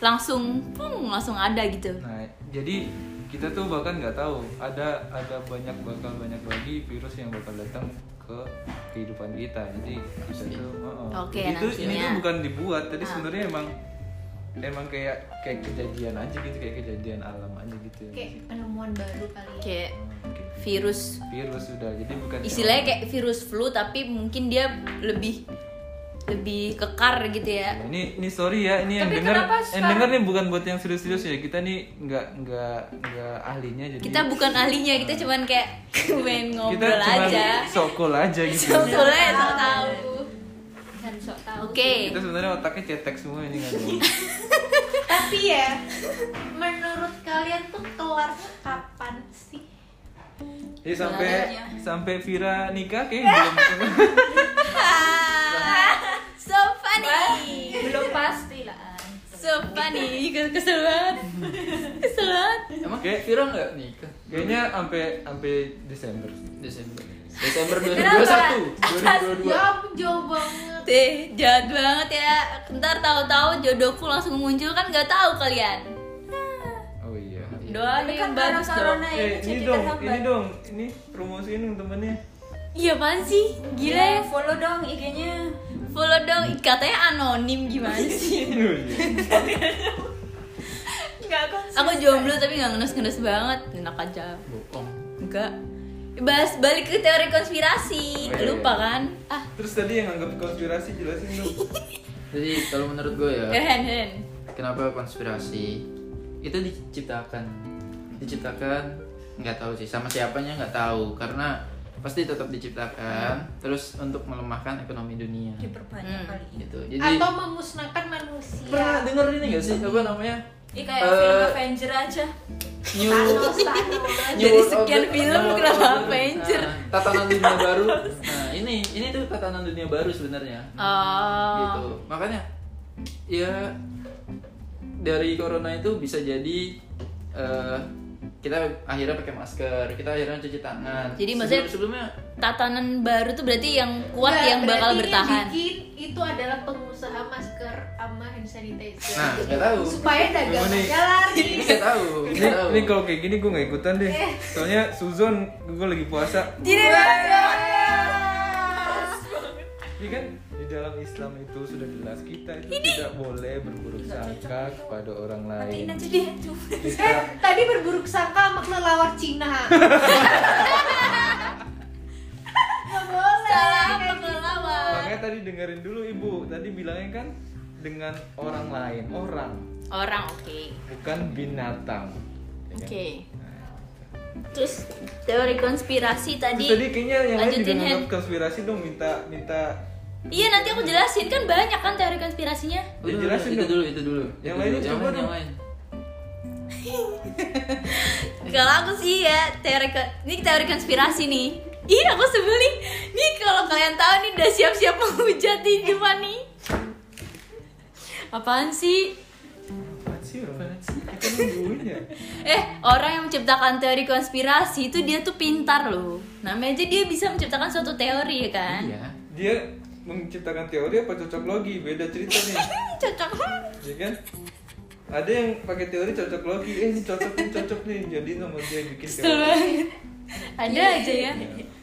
Speaker 2: langsung pung langsung ada gitu.
Speaker 1: Nah, jadi kita tuh bahkan nggak tahu ada ada banyak bakal banyak lagi virus yang bakal datang ke kehidupan kita. Jadi kita tuh oh, oh.
Speaker 2: Oke,
Speaker 1: Jadi itu ini
Speaker 2: nantinya.
Speaker 1: tuh bukan dibuat. Tadi
Speaker 2: Ah.
Speaker 1: sebenarnya emang emang kayak kayak kejadian aja gitu, kayak kejadian alam aja gitu. ya.
Speaker 4: Kayak penemuan baru kali ya.
Speaker 2: Kayak
Speaker 1: Mungkin
Speaker 2: virus
Speaker 1: virus sudah. Jadi bukan
Speaker 2: istilahnya kayak virus flu tapi mungkin dia lebih lebih kekar gitu ya.
Speaker 1: Nah, ini ini sorry ya ini yang
Speaker 5: Tapi
Speaker 1: denger
Speaker 5: kenapa
Speaker 1: yang
Speaker 5: sekarang-
Speaker 1: denger nih bukan buat yang serius-serius ya kita nih nggak nggak nggak ahlinya jadi
Speaker 2: Kita bukan ahlinya, kita cuman kayak <laughs> main
Speaker 1: kita
Speaker 2: ngobrol
Speaker 1: cuman <laughs>
Speaker 2: aja.
Speaker 1: sokol aja gitu
Speaker 2: Soalnya sok tahu.
Speaker 4: Dan Kan sok tahu.
Speaker 2: Oke.
Speaker 1: kita sebenarnya otaknya cetek semua ini nggak ada.
Speaker 4: Tapi ya, menurut kalian tuh kelarnya kapan sih?
Speaker 1: jadi sampai
Speaker 5: Sebenarnya.
Speaker 1: sampai Vira nikah kayak
Speaker 2: <laughs>
Speaker 1: belum
Speaker 2: Ah, so funny.
Speaker 5: Belum pasti lah.
Speaker 2: So funny, Gue kesel banget <laughs> Kesel banget
Speaker 3: Emang
Speaker 1: Kayak-
Speaker 3: Vira nggak nikah?
Speaker 1: kayaknya sampai sampai Desember
Speaker 3: Desember. Desember
Speaker 5: Kenapa?
Speaker 3: 2021, 2022.
Speaker 4: Ya ampun, jauh banget.
Speaker 2: Deh, jahat banget ya Ntar tahu-tahu jodohku langsung muncul kan gak tahu kalian
Speaker 1: oh iya
Speaker 2: Doa
Speaker 5: Tapi
Speaker 2: nih
Speaker 5: kan
Speaker 2: yang
Speaker 5: karena
Speaker 2: bagus dong
Speaker 5: corona ini
Speaker 1: Eh,
Speaker 5: jadi
Speaker 1: ini dong,
Speaker 5: terhambat.
Speaker 1: ini dong, ini promosiin dong temennya. <laughs>
Speaker 2: Iya apaan sih? Gila
Speaker 5: Gila,
Speaker 2: ya
Speaker 5: follow dong IG-nya.
Speaker 2: Follow dong, Ih, katanya anonim gimana sih?
Speaker 1: Oh iya.
Speaker 5: Enggak konsisten.
Speaker 2: Aku jomblo tapi gak ngenes-ngenes banget Enak aja
Speaker 3: Bohong.
Speaker 2: Enggak Bahas balik ke teori konspirasi
Speaker 1: Oh, iya,
Speaker 2: Lupa
Speaker 1: iya.
Speaker 2: kan? Ah,
Speaker 1: Terus tadi yang anggap konspirasi jelasin dong.
Speaker 3: Jadi kalau menurut gue
Speaker 1: Eh.
Speaker 3: ya,
Speaker 2: hand hand
Speaker 3: kenapa konspirasi itu diciptakan diciptakan nggak tahu sih sama siapanya nggak tahu karena pasti tetap diciptakan terus untuk melemahkan ekonomi dunia
Speaker 5: diperbanyak
Speaker 2: Hmm.
Speaker 5: kali ini.
Speaker 3: gitu jadi
Speaker 4: Atau memusnahkan
Speaker 3: pernah
Speaker 4: manusia.
Speaker 3: denger ini nggak sih apa namanya
Speaker 5: Ini kayak
Speaker 3: Eh,
Speaker 5: film Avenger aja.
Speaker 3: new
Speaker 4: Thanos,
Speaker 3: <laughs>
Speaker 4: Thanos.
Speaker 2: Dari
Speaker 3: New World
Speaker 2: sekian
Speaker 3: Order,
Speaker 2: film,
Speaker 3: New World
Speaker 2: kenapa
Speaker 3: Order.
Speaker 2: Avenger? <laughs>
Speaker 3: Nah, tatanan dunia baru nah ini ini ini tuh tatanan dunia baru sebenarnya gitu
Speaker 2: Oh.
Speaker 3: makanya ya dari corona itu bisa jadi eh, kita akhirnya pakai masker kita akhirnya cuci tangan
Speaker 2: Jadi maksudnya-
Speaker 3: sebelumnya
Speaker 2: Tatanan baru tuh berarti yang kuat
Speaker 4: Nggak,
Speaker 2: yang bakal
Speaker 4: Iya, berarti
Speaker 2: bertahan.
Speaker 4: Yang bikin itu adalah pengusaha masker sama hand sanitizer.
Speaker 3: nah nggak tahu
Speaker 4: Supaya dagangan
Speaker 1: Gimana?
Speaker 4: jalan. nih.
Speaker 3: nggak tahu
Speaker 1: Ini,
Speaker 3: nggak tahu
Speaker 1: ini kalau kayak gini gue gak ikutan deh.
Speaker 2: Eh.
Speaker 1: Soalnya Suzon gue lagi puasa.
Speaker 5: Jadi banyak.
Speaker 1: Iya kan di dalam Islam itu sudah jelas kita itu tidak boleh berburuk sangka kepada orang lain.
Speaker 5: Matiin aja deh. Aduh.
Speaker 4: Eh,
Speaker 1: Kita
Speaker 4: tadi berburuk sangka sama kelelawar Cina. Nggak boleh.
Speaker 2: Salah apa kelelawar?
Speaker 1: makanya tadi dengerin dulu ibu. Tadi bilangnya kan dengan orang lain, orang
Speaker 2: Orang oke.
Speaker 1: bukan binatang. Ya kan?
Speaker 2: Oke. Terus teori konspirasi
Speaker 1: Terus
Speaker 2: tadi.
Speaker 1: tadi kayaknya yang lain juga
Speaker 2: lanjutin, Hen.
Speaker 1: nganggap konspirasi dong minta minta
Speaker 2: Iya nanti aku jelasin kan banyak kan teori konspirasinya.
Speaker 1: Ya,
Speaker 3: Udah,
Speaker 1: jelasin
Speaker 3: itu
Speaker 1: dong.
Speaker 3: dulu itu dulu
Speaker 1: Yang
Speaker 3: Itu
Speaker 1: lainnya
Speaker 3: dulu.
Speaker 1: coba dong.
Speaker 3: yang lain
Speaker 2: Kalau aku sih ya teori ko- ini teori konspirasi nih. Ih aku sebel nih. Nih kalau kalian tahu nih udah siap-siap menghujat nih cuma nih. Apaan sih?
Speaker 1: apaan sih orang kita nungguin ya.
Speaker 2: Eh orang yang menciptakan teori konspirasi itu dia tuh pintar loh. Namanya aja dia bisa menciptakan suatu teori ya kan.
Speaker 3: iya
Speaker 1: Dia menciptakan teori apa cocok logi beda cerita nih.
Speaker 2: Hmm, Cocok.
Speaker 1: ya kan ada yang pakai teori cocok logi eh ini cocok nih cocok nih jadi sama dia bikin
Speaker 2: Betul
Speaker 1: teori
Speaker 2: banget. Ada aja ya.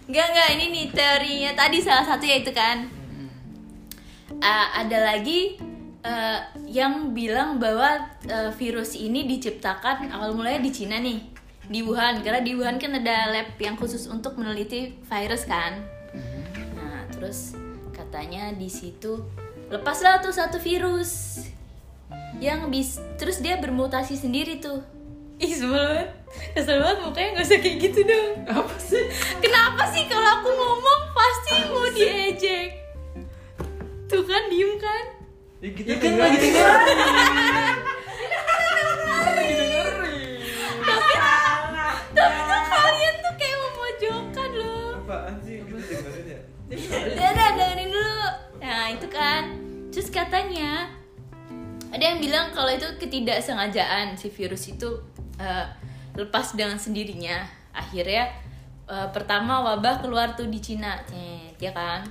Speaker 2: Enggak enggak ini nih teorinya tadi salah satu yaitu kan Uh, ada lagi uh, yang bilang bahwa uh, virus ini diciptakan awal mulanya di Cina nih di Wuhan karena di Wuhan kan ada lab yang khusus untuk meneliti virus kan nah terus katanya di situ lepaslah tuh satu virus yang bis terus dia bermutasi sendiri tuh ih sebel banget kesel banget mukanya nggak usah kayak gitu dong apa sih kenapa sih kalau aku ngomong pasti mau diejek tuh kan diem kan
Speaker 1: ya kita
Speaker 3: Ya kan
Speaker 1: dengerin.
Speaker 3: lagi dengerin.
Speaker 1: Lagi dengerin.
Speaker 2: tapi tuh kalian tuh kayak memojokkan loh
Speaker 1: apaan sih kita dengerin ya
Speaker 2: Dadah, dengerin dulu. Nah, itu kan. Terus katanya ada yang bilang kalau itu ketidaksengajaan si virus itu eh, lepas dengan sendirinya. Akhirnya eh, pertama wabah keluar tuh di Cina, Cet, ya kan?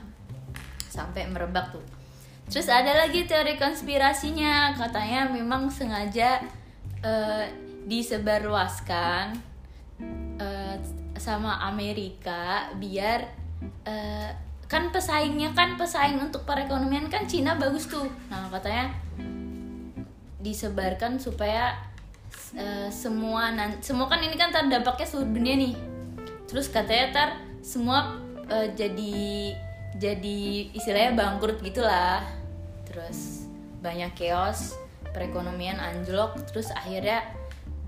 Speaker 2: Sampai merebak tuh. Terus ada lagi teori konspirasinya, katanya memang sengaja eh, disebarluaskan eh, sama Amerika biar eh, kan pesaingnya kan pesaing untuk perekonomian kan Cina bagus tuh. Nah, katanya disebarkan supaya eh, semua nan- semua kan ini kan ntar dampaknya seluruh dunia nih. Terus katanya tar semua eh, jadi jadi istilahnya bangkrut gitulah. Terus banyak chaos, perekonomian anjlok, terus akhirnya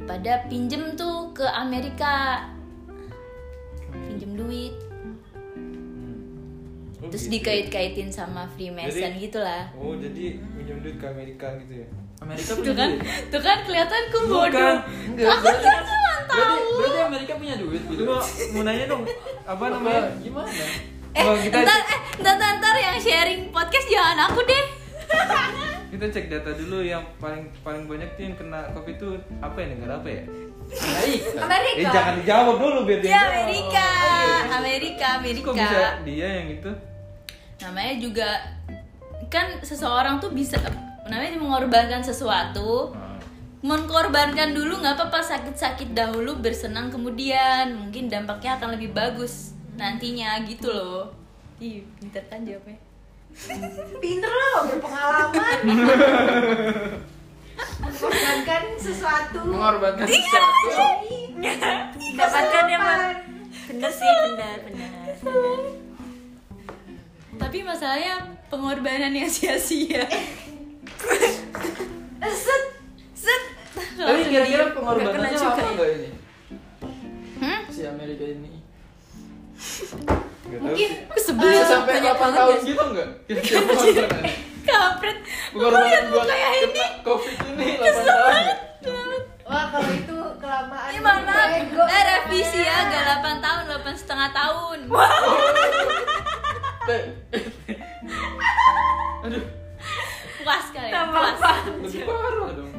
Speaker 2: pada pinjem tuh ke Amerika. Pinjem duit,
Speaker 1: Oh,
Speaker 2: terus
Speaker 1: gitu.
Speaker 2: dikait-kaitin sama Freemason
Speaker 1: Jadi-
Speaker 2: gitulah.
Speaker 1: oh jadi pinjam duit ke Amerika gitu ya
Speaker 3: Amerika
Speaker 2: Tuh
Speaker 3: punya
Speaker 2: kan,
Speaker 3: duit
Speaker 2: tuh kan kelihatan ku
Speaker 1: Bukan.
Speaker 2: bodoh.
Speaker 3: Enggak,
Speaker 2: Aku
Speaker 3: berarti-
Speaker 2: kan cuma
Speaker 3: berarti,
Speaker 2: tahu.
Speaker 3: berarti Amerika punya duit gitu
Speaker 1: Lu mau nanya dong apa namanya
Speaker 3: Apa- gimana
Speaker 2: Eh,
Speaker 1: Kalau kita
Speaker 2: ntar, eh, ntar, ntar, ntar yang sharing podcast jangan aku deh.
Speaker 1: kita cek data dulu yang paling paling banyak tuh yang kena covid itu apa ya negara apa ya
Speaker 3: Amerika
Speaker 1: eh
Speaker 4: Amerika.
Speaker 1: jangan dijawab dulu biar dia
Speaker 2: Dia
Speaker 1: jawab.
Speaker 2: Ya, Amerika, Iya, Amerika,
Speaker 1: Oh, iya, Terus
Speaker 2: Amerika.
Speaker 1: kok bisa dia yang itu
Speaker 2: namanya juga kan seseorang tuh bisa namanya mengorbankan sesuatu
Speaker 1: Ah.
Speaker 2: mengorbankan dulu nggak apa-apa sakit-sakit dahulu bersenang kemudian mungkin dampaknya akan lebih bagus nantinya gitu loh ih pinter kan jawabnya
Speaker 4: Pinter loh, berpengalaman. Mengorbankan sesuatu.
Speaker 3: mengorbankan
Speaker 2: Iya.
Speaker 3: sesuatu
Speaker 5: Dapatkan yang
Speaker 4: Sopan.
Speaker 5: benar sih benar benar.
Speaker 2: tapi masalahnya pengorbanan yang sia-sia
Speaker 4: Set.
Speaker 2: Eh, set
Speaker 3: tapi kira-kira
Speaker 5: Nggak
Speaker 3: pengorbanannya
Speaker 5: kena juga
Speaker 3: apa
Speaker 5: ya.
Speaker 3: enggak ini
Speaker 2: hmm?
Speaker 3: si Amerika ini
Speaker 1: Nggak tahu
Speaker 4: Mungkin
Speaker 1: sih.
Speaker 2: aku sebel
Speaker 3: bisa
Speaker 2: sama
Speaker 3: sampai 8 tahun
Speaker 2: ya.
Speaker 3: gitu enggak kira-kira pengorbanannya
Speaker 2: kampret aku
Speaker 3: pengorbanan
Speaker 2: lihat
Speaker 3: gua
Speaker 2: mukanya ini
Speaker 3: kena covid ini 8 tahun
Speaker 4: wah kalau itu kelamaan.
Speaker 2: Ini mohon maaf,
Speaker 4: Bego.
Speaker 2: eh, revisi ya, agak 8 tahun, 8 setengah tahun.
Speaker 3: Aduh,
Speaker 2: puas kali
Speaker 5: Tambah
Speaker 2: puas
Speaker 1: lebih parah dong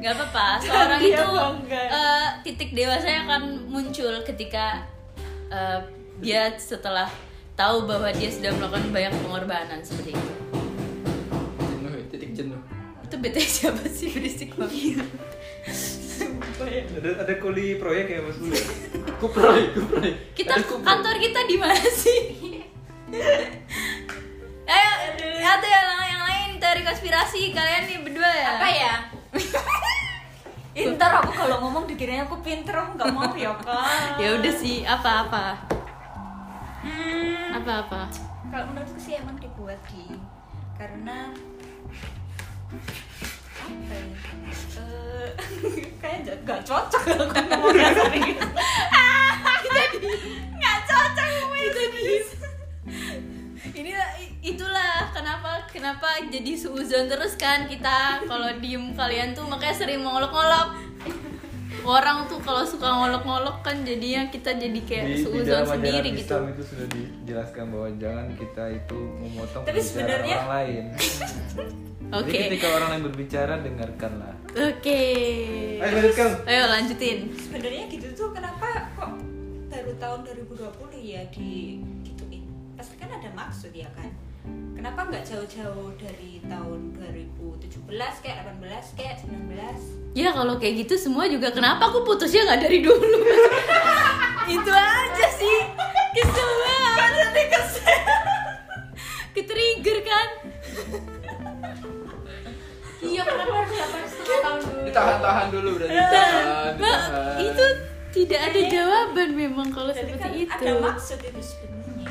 Speaker 2: nggak apa-apa seorang
Speaker 5: Dia
Speaker 2: itu
Speaker 5: bangga.
Speaker 2: eh, titik dewasanya akan muncul ketika eh, dia setelah tahu bahwa dia sudah melakukan banyak pengorbanan seperti itu
Speaker 3: jenuh, ya, titik jenuh.
Speaker 2: itu bete <laughs> siapa sih berisik banget
Speaker 1: ada ada kuli proyek ya mas Budi
Speaker 3: Kuproy, kuproy.
Speaker 2: kita
Speaker 3: Ada kuproy.
Speaker 2: kantor kita di mana
Speaker 5: <laughs>
Speaker 2: sih ayo atau yang, yang lain teori konspirasi kalian nih berdua ya
Speaker 5: Apa <laughs> ya? Inter aku kalau ngomong dikiranya aku pinter, aku nggak mau ya kan.
Speaker 2: ya udah sih apa apa
Speaker 5: Hmm,
Speaker 2: apa apa
Speaker 5: kalau menurutku sih emang dibuat di karena apa ya? Eh, <laughs> kayaknya nggak cocok aku ngomongnya serius.
Speaker 2: nggak cocok itu ini itulah kenapa kenapa jadi suuzon terus kan kita kalau diem kalian tuh makanya sering mengolok-olok orang tuh kalau suka ngolok-ngolok kan jadinya kita jadi <laughs> kayak suuzon sendiri gitu
Speaker 1: Islam itu sudah dijelaskan bahwa jangan kita itu memotong
Speaker 5: Tapi
Speaker 1: pembicaraan
Speaker 5: sebenarnya-
Speaker 1: orang
Speaker 2: <laughs>
Speaker 1: lain
Speaker 2: oke
Speaker 1: jadi ketika orang lain berbicara dengarkanlah
Speaker 2: oke
Speaker 1: ayo lanjutkan
Speaker 2: ayo lanjutin
Speaker 5: Sebenarnya gitu tuh kenapa kok baru tahun 2020 ya di gituin? Pasti kan ada maksud ya kan? Kenapa nggak jauh-jauh dari tahun 2017 kayak 18 kayak 19?
Speaker 2: ya kalau kayak gitu semua juga kenapa aku putusnya nggak dari dulu <laughs> itu aja sih kesel banget kesel ketrigger kan
Speaker 4: Iya, kenapa harus 8 setengah tahun dulu?
Speaker 3: Ditahan-tahan dulu berarti. Ditahan,
Speaker 2: Nah,
Speaker 3: ditahan.
Speaker 2: itu tidak ada jawaban memang kalau
Speaker 5: Iya. Jadi kan
Speaker 2: seperti itu
Speaker 5: ada maksud itu sebenarnya.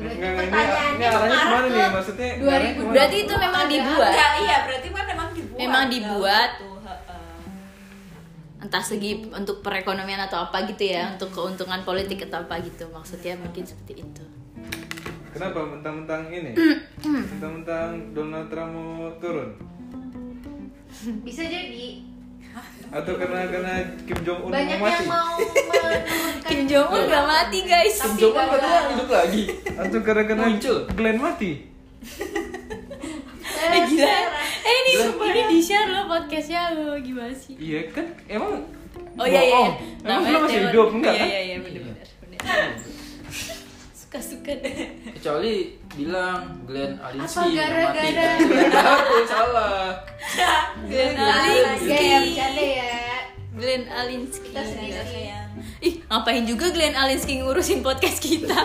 Speaker 4: Berarti
Speaker 1: Enggak, enggak,
Speaker 4: pertanyaannya
Speaker 1: ini, ini arahnya
Speaker 4: kemarin
Speaker 1: kemana nih
Speaker 4: ke
Speaker 1: maksudnya
Speaker 4: 2000.
Speaker 1: arahnya kemana?
Speaker 2: berarti itu memang dibuat
Speaker 5: Enggak, iya berarti kan memang dibuat.
Speaker 2: Memang dibuat.
Speaker 5: Tuh, heeh.
Speaker 2: entah segi untuk perekonomian atau apa gitu ya untuk keuntungan politik atau apa gitu maksudnya mungkin seperti itu
Speaker 1: kenapa mentang-mentang ini
Speaker 2: Hmm.
Speaker 1: mentang-mentang Donald Trump mau turun
Speaker 4: Bisa jadi
Speaker 1: atau karena karena Kim Jong Un
Speaker 4: banyak
Speaker 1: mau mati
Speaker 4: yang mau <laughs> menurunkan
Speaker 2: Kim Jong Un gak mati guys
Speaker 4: Tapi
Speaker 3: Jombang
Speaker 4: gagal.
Speaker 3: katanya hidup lagi.
Speaker 1: atau karena karena
Speaker 3: Muncul.
Speaker 1: Glenn mati
Speaker 2: Eh, gila.
Speaker 4: Teras-teras.
Speaker 2: Eh ini ini di share loh podcastnya lo gimana sih?
Speaker 1: iya kan emang
Speaker 2: Oh iya iya.
Speaker 1: bohong. emang belum masih hidup enggak
Speaker 2: Iya
Speaker 1: kan
Speaker 2: iya iya benar-benar. Suka suka deh.
Speaker 3: Kecuali bilang Glenn Alinsky
Speaker 4: Apa
Speaker 3: <laughs>
Speaker 4: gara-gara-
Speaker 3: Aku salah.
Speaker 2: Glenn
Speaker 4: Gak ya,
Speaker 2: Alinsky.
Speaker 4: bercanda ya
Speaker 2: Glenn Alinsky.
Speaker 4: Kita sedih
Speaker 5: Iya,
Speaker 4: sih
Speaker 5: sayang.
Speaker 2: Ih, ngapain juga Glenn Alinsky ngurusin podcast kita?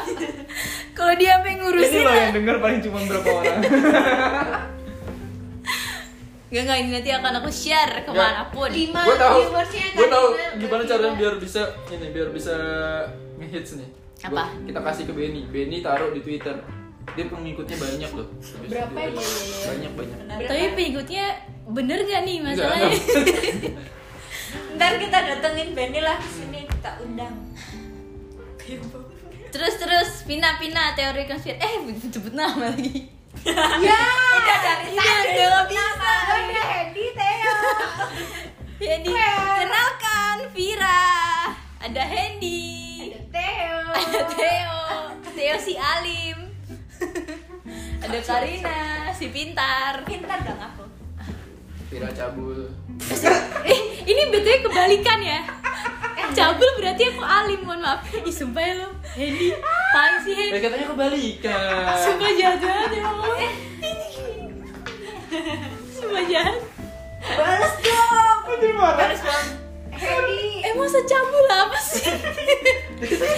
Speaker 2: Kalau dia
Speaker 1: ini
Speaker 2: sampai ngurusin
Speaker 1: loh yang denger paling cuma berapa
Speaker 2: <laughs>
Speaker 1: orang
Speaker 2: Gak gak ini nanti akan aku share kemanapun
Speaker 4: Lima
Speaker 3: Gue tahu.
Speaker 4: viewersnya akan
Speaker 3: Gue tahu
Speaker 4: lima,
Speaker 3: gimana
Speaker 4: berarti
Speaker 3: caranya
Speaker 4: lima.
Speaker 3: biar bisa ini biar bisa ngehits nih.
Speaker 2: Apa?
Speaker 3: Gua- kita kasih ke Benny. Benny taruh di Twitter. Dia pengikutnya banyak loh. Habis
Speaker 4: Berapa
Speaker 3: dia-
Speaker 4: ya, ya, ya?
Speaker 3: Banyak banyak.
Speaker 5: Benar.
Speaker 2: Tapi pengikutnya bener gak nih
Speaker 3: Enggak,
Speaker 2: masalahnya?
Speaker 5: Ntar kita datengin Benny lah ke sini kita undang. Kayak apa?
Speaker 2: Terus terus pindah pindah teori konspirasi. Eh sebut nama lagi.
Speaker 4: Ya
Speaker 5: Udah dari
Speaker 2: Iya,
Speaker 5: tadi.
Speaker 2: udah nggak bisa.
Speaker 4: Udah Hedi Teo
Speaker 2: Jadi kenalkan Vira. Ada Hendy.
Speaker 4: Ada Teo
Speaker 2: Ada Theo. Theo si Alim. Ada Karina, si pintar.
Speaker 5: Pintar dong aku.
Speaker 3: Vira cabul.
Speaker 2: Eh, ini betulnya kebalikan ya. Cabul berarti aku Alim, mohon maaf. Ih, sumpah ya lo. Hendy. Apaan sih Hendy?
Speaker 3: Eh katanya kebalikan.
Speaker 2: Sumpah jahat banget ya lo. Sumpah jahat.
Speaker 5: Balas dong. Balas dong.
Speaker 4: Hedi
Speaker 2: Eh masa cabul apa sih?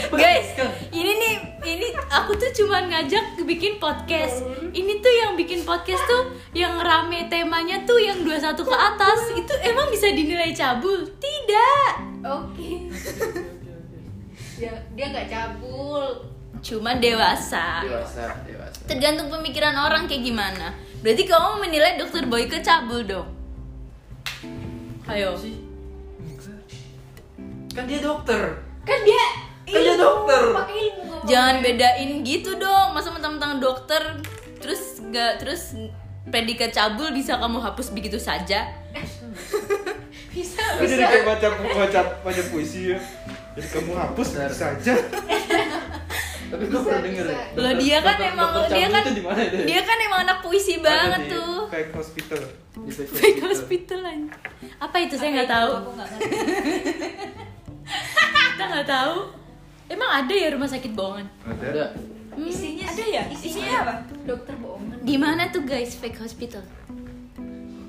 Speaker 2: Guys, ini nih ini aku tuh cuman ngajak bikin podcast.
Speaker 5: Hmm.
Speaker 2: Ini tuh yang bikin podcast tuh yang rame temanya tuh yang 21 ke atas. Itu emang bisa dinilai cabul? Tidak.
Speaker 4: Oke Ya, Dia gak cabul
Speaker 2: Cuman dewasa.
Speaker 3: Dewasa, dewasa.
Speaker 2: Tergantung pemikiran orang kayak gimana. Berarti kamu menilai Dokter Boyke cabul dong. Ayo.
Speaker 3: Apa sih? Kan dia dokter.
Speaker 4: Kan dia
Speaker 3: Kan dia dokter.
Speaker 4: Pakai ilmu ngomong.
Speaker 2: Jangan bedain gitu dong. Masa mentang-mentang dokter terus nggak terus predikat cabul bisa kamu hapus begitu saja?
Speaker 4: Eh, <laughs> Bisa,
Speaker 1: Lu jadi
Speaker 4: bisa
Speaker 1: kayak baca baca baca puisi ya jadi kamu ya. hapus
Speaker 3: Benar.
Speaker 1: saja Tapi gue pernah denger.
Speaker 4: bisa.
Speaker 1: ya.
Speaker 2: Loh, dia kan
Speaker 1: Dokter-
Speaker 2: emang-
Speaker 1: dokter
Speaker 2: dia
Speaker 1: cabut
Speaker 2: kan-
Speaker 1: itu di mana itu? ya?
Speaker 2: Dia kan emang anak puisi
Speaker 1: Ada
Speaker 2: banget
Speaker 1: di
Speaker 2: tuh.
Speaker 1: Fake hospital.
Speaker 2: <laughs>
Speaker 3: Di fake
Speaker 2: Fake
Speaker 3: hospital.
Speaker 2: hospital aja. Apa itu saya
Speaker 5: Apa
Speaker 2: nggak
Speaker 5: itu?
Speaker 2: tahu.
Speaker 5: Aku nggak ngerti.
Speaker 2: Kita nggak tahu. Emang ada ya rumah sakit bohongan?
Speaker 1: Ada.
Speaker 3: Ada.
Speaker 2: Hmm,
Speaker 5: Isinya ada ya? Isinya apa?
Speaker 4: Dokter bohongan.
Speaker 2: Di mana tuh guys fake hospital?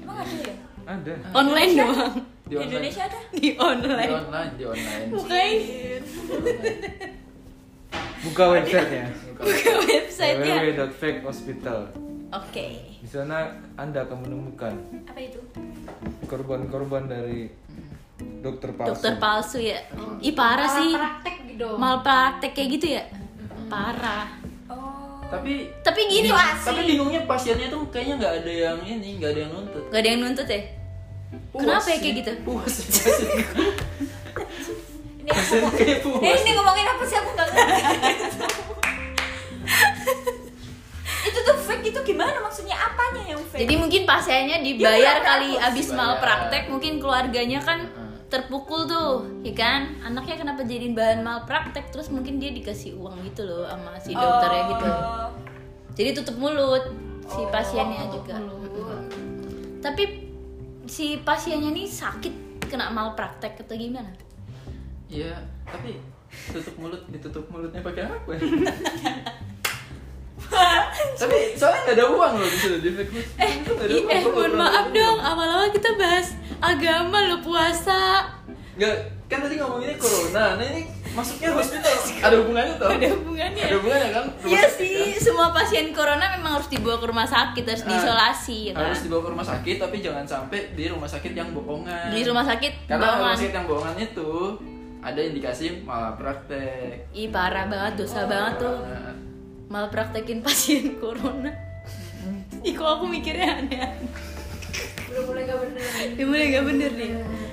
Speaker 5: Emang ada ya?
Speaker 1: Ada.
Speaker 2: Online doang.
Speaker 3: Di online.
Speaker 5: Indonesia ada?
Speaker 2: Di
Speaker 3: Di
Speaker 2: online.
Speaker 3: online, di online.
Speaker 2: Bukain
Speaker 1: Buka ya? websitenya.
Speaker 2: buka ya? websitenya.
Speaker 1: www.fakehospital.
Speaker 2: Oke.
Speaker 1: Di sana Anda akan menemukan
Speaker 5: Apa itu?
Speaker 1: korban-korban dari dokter palsu.
Speaker 2: Hmm. Dokter palsu ya. Ih parah
Speaker 4: Malah
Speaker 2: sih.
Speaker 4: praktek gitu.
Speaker 2: Malpraktek kayak gitu ya. Parah.
Speaker 5: Oh.
Speaker 3: Tapi
Speaker 2: Tapi gini,
Speaker 3: tapi bingungnya pasiennya tuh kayaknya nggak ada yang ini, nggak ada yang nuntut.
Speaker 2: Gak ada yang nuntut ya?
Speaker 3: Puas
Speaker 2: Kenapa ya
Speaker 3: sih.
Speaker 2: kayak gitu?
Speaker 3: Puas sih, <laughs> pasien.
Speaker 5: Ini aku
Speaker 3: Pasien kayak
Speaker 5: Eh,
Speaker 3: puas.
Speaker 5: ini ngomongin apa sih aku nggak ngerti. itu tuh fake itu gimana maksudnya apanya yang fake?
Speaker 2: Jadi mungkin pasiennya dibayar
Speaker 5: Iya,
Speaker 2: kali
Speaker 5: aku
Speaker 2: abis
Speaker 3: dibayar.
Speaker 2: malpraktek, mungkin keluarganya kan
Speaker 3: Heeh.
Speaker 2: terpukul tuh, ya kan? Anaknya kenapa jadiin bahan malpraktek? Terus mungkin dia dikasih uang gitu loh sama si dokternya gitu.
Speaker 5: Oh.
Speaker 2: Jadi tutup mulut si
Speaker 3: Oh,
Speaker 2: pasiennya juga.
Speaker 4: Mulut.
Speaker 2: Tapi si pasiennya nih sakit kena malpraktek atau gimana?
Speaker 3: Iya, tapi tutup mulut, ditutup mulutnya pakai apa?
Speaker 2: <laughs>
Speaker 3: ya? tapi soalnya nggak ada uang loh di situ di fake news. Itu nggak ada
Speaker 2: Ih,
Speaker 3: uang,
Speaker 2: eh
Speaker 3: gua nggak
Speaker 2: mohon
Speaker 3: pernah
Speaker 2: maaf
Speaker 3: nonton.
Speaker 2: dong, awal-awal kita bahas agama lo puasa.
Speaker 3: Nggak, kan tadi ngomonginnya corona. Nah ini masuknya hospital. Ada hubungannya toh?
Speaker 2: Ada hubungannya.
Speaker 3: Ada hubungannya kan? Rumah
Speaker 2: Iya
Speaker 3: sakit,
Speaker 2: sih,
Speaker 3: kan?
Speaker 2: semua pasien corona memang harus dibawa ke rumah sakit, harus
Speaker 3: Ah,
Speaker 2: diisolasi ya kan?
Speaker 3: Harus dibawa ke rumah sakit, tapi jangan sampai di rumah sakit yang bohongan.
Speaker 2: Di rumah sakit
Speaker 3: Karena rumah
Speaker 2: bohongan.
Speaker 3: sakit yang bohongan itu ada indikasi malapraktek.
Speaker 2: Ih parah banget, dosa banget tuh.
Speaker 3: Nah,
Speaker 2: Malah praktekin pasien <laughs> corona. Ih kok aku mikirnya aneh.
Speaker 4: Udah mulai gak bener.
Speaker 2: Ini mulai gak bener nih.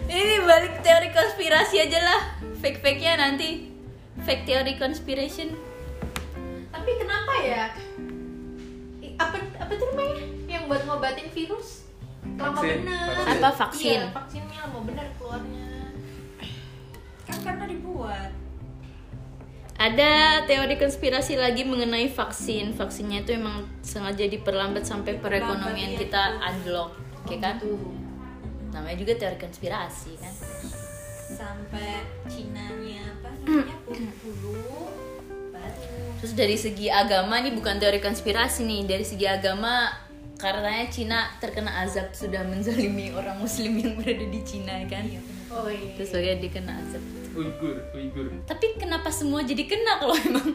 Speaker 2: Ini balik teori konspirasi aja lah. Fake-fake-nya nanti. Fake teori conspiration.
Speaker 4: Tapi kenapa ya? I- Apa apa tuh namanya? Yang buat ngobatin virus? Lama
Speaker 1: Vaksin,
Speaker 4: bener.
Speaker 1: vaksin.
Speaker 2: Apa, vaksin?
Speaker 4: Iya, vaksinnya lama bener keluarnya.
Speaker 5: Kan karena dibuat.
Speaker 2: Ada teori konspirasi lagi mengenai vaksin. Vaksinnya itu emang sengaja diperlambat sampai perekonomian
Speaker 5: iya.
Speaker 2: kita anjlok, ya kan?
Speaker 4: Tuh.
Speaker 2: Namanya juga teori konspirasi kan.
Speaker 5: sampai Cinanya
Speaker 2: Hmm.
Speaker 5: apa namanya bulu baru
Speaker 2: Terus dari segi agama nih bukan teori konspirasi nih, dari segi agama katanya Cina terkena azab sudah menzalimi orang muslim yang berada di Cina ya kan.
Speaker 4: Oh iya.
Speaker 2: Terus akhirnya dia kena azab.
Speaker 3: Uighur, Uighur.
Speaker 2: Tapi kenapa semua jadi kena kalau
Speaker 4: <laughs>
Speaker 2: emang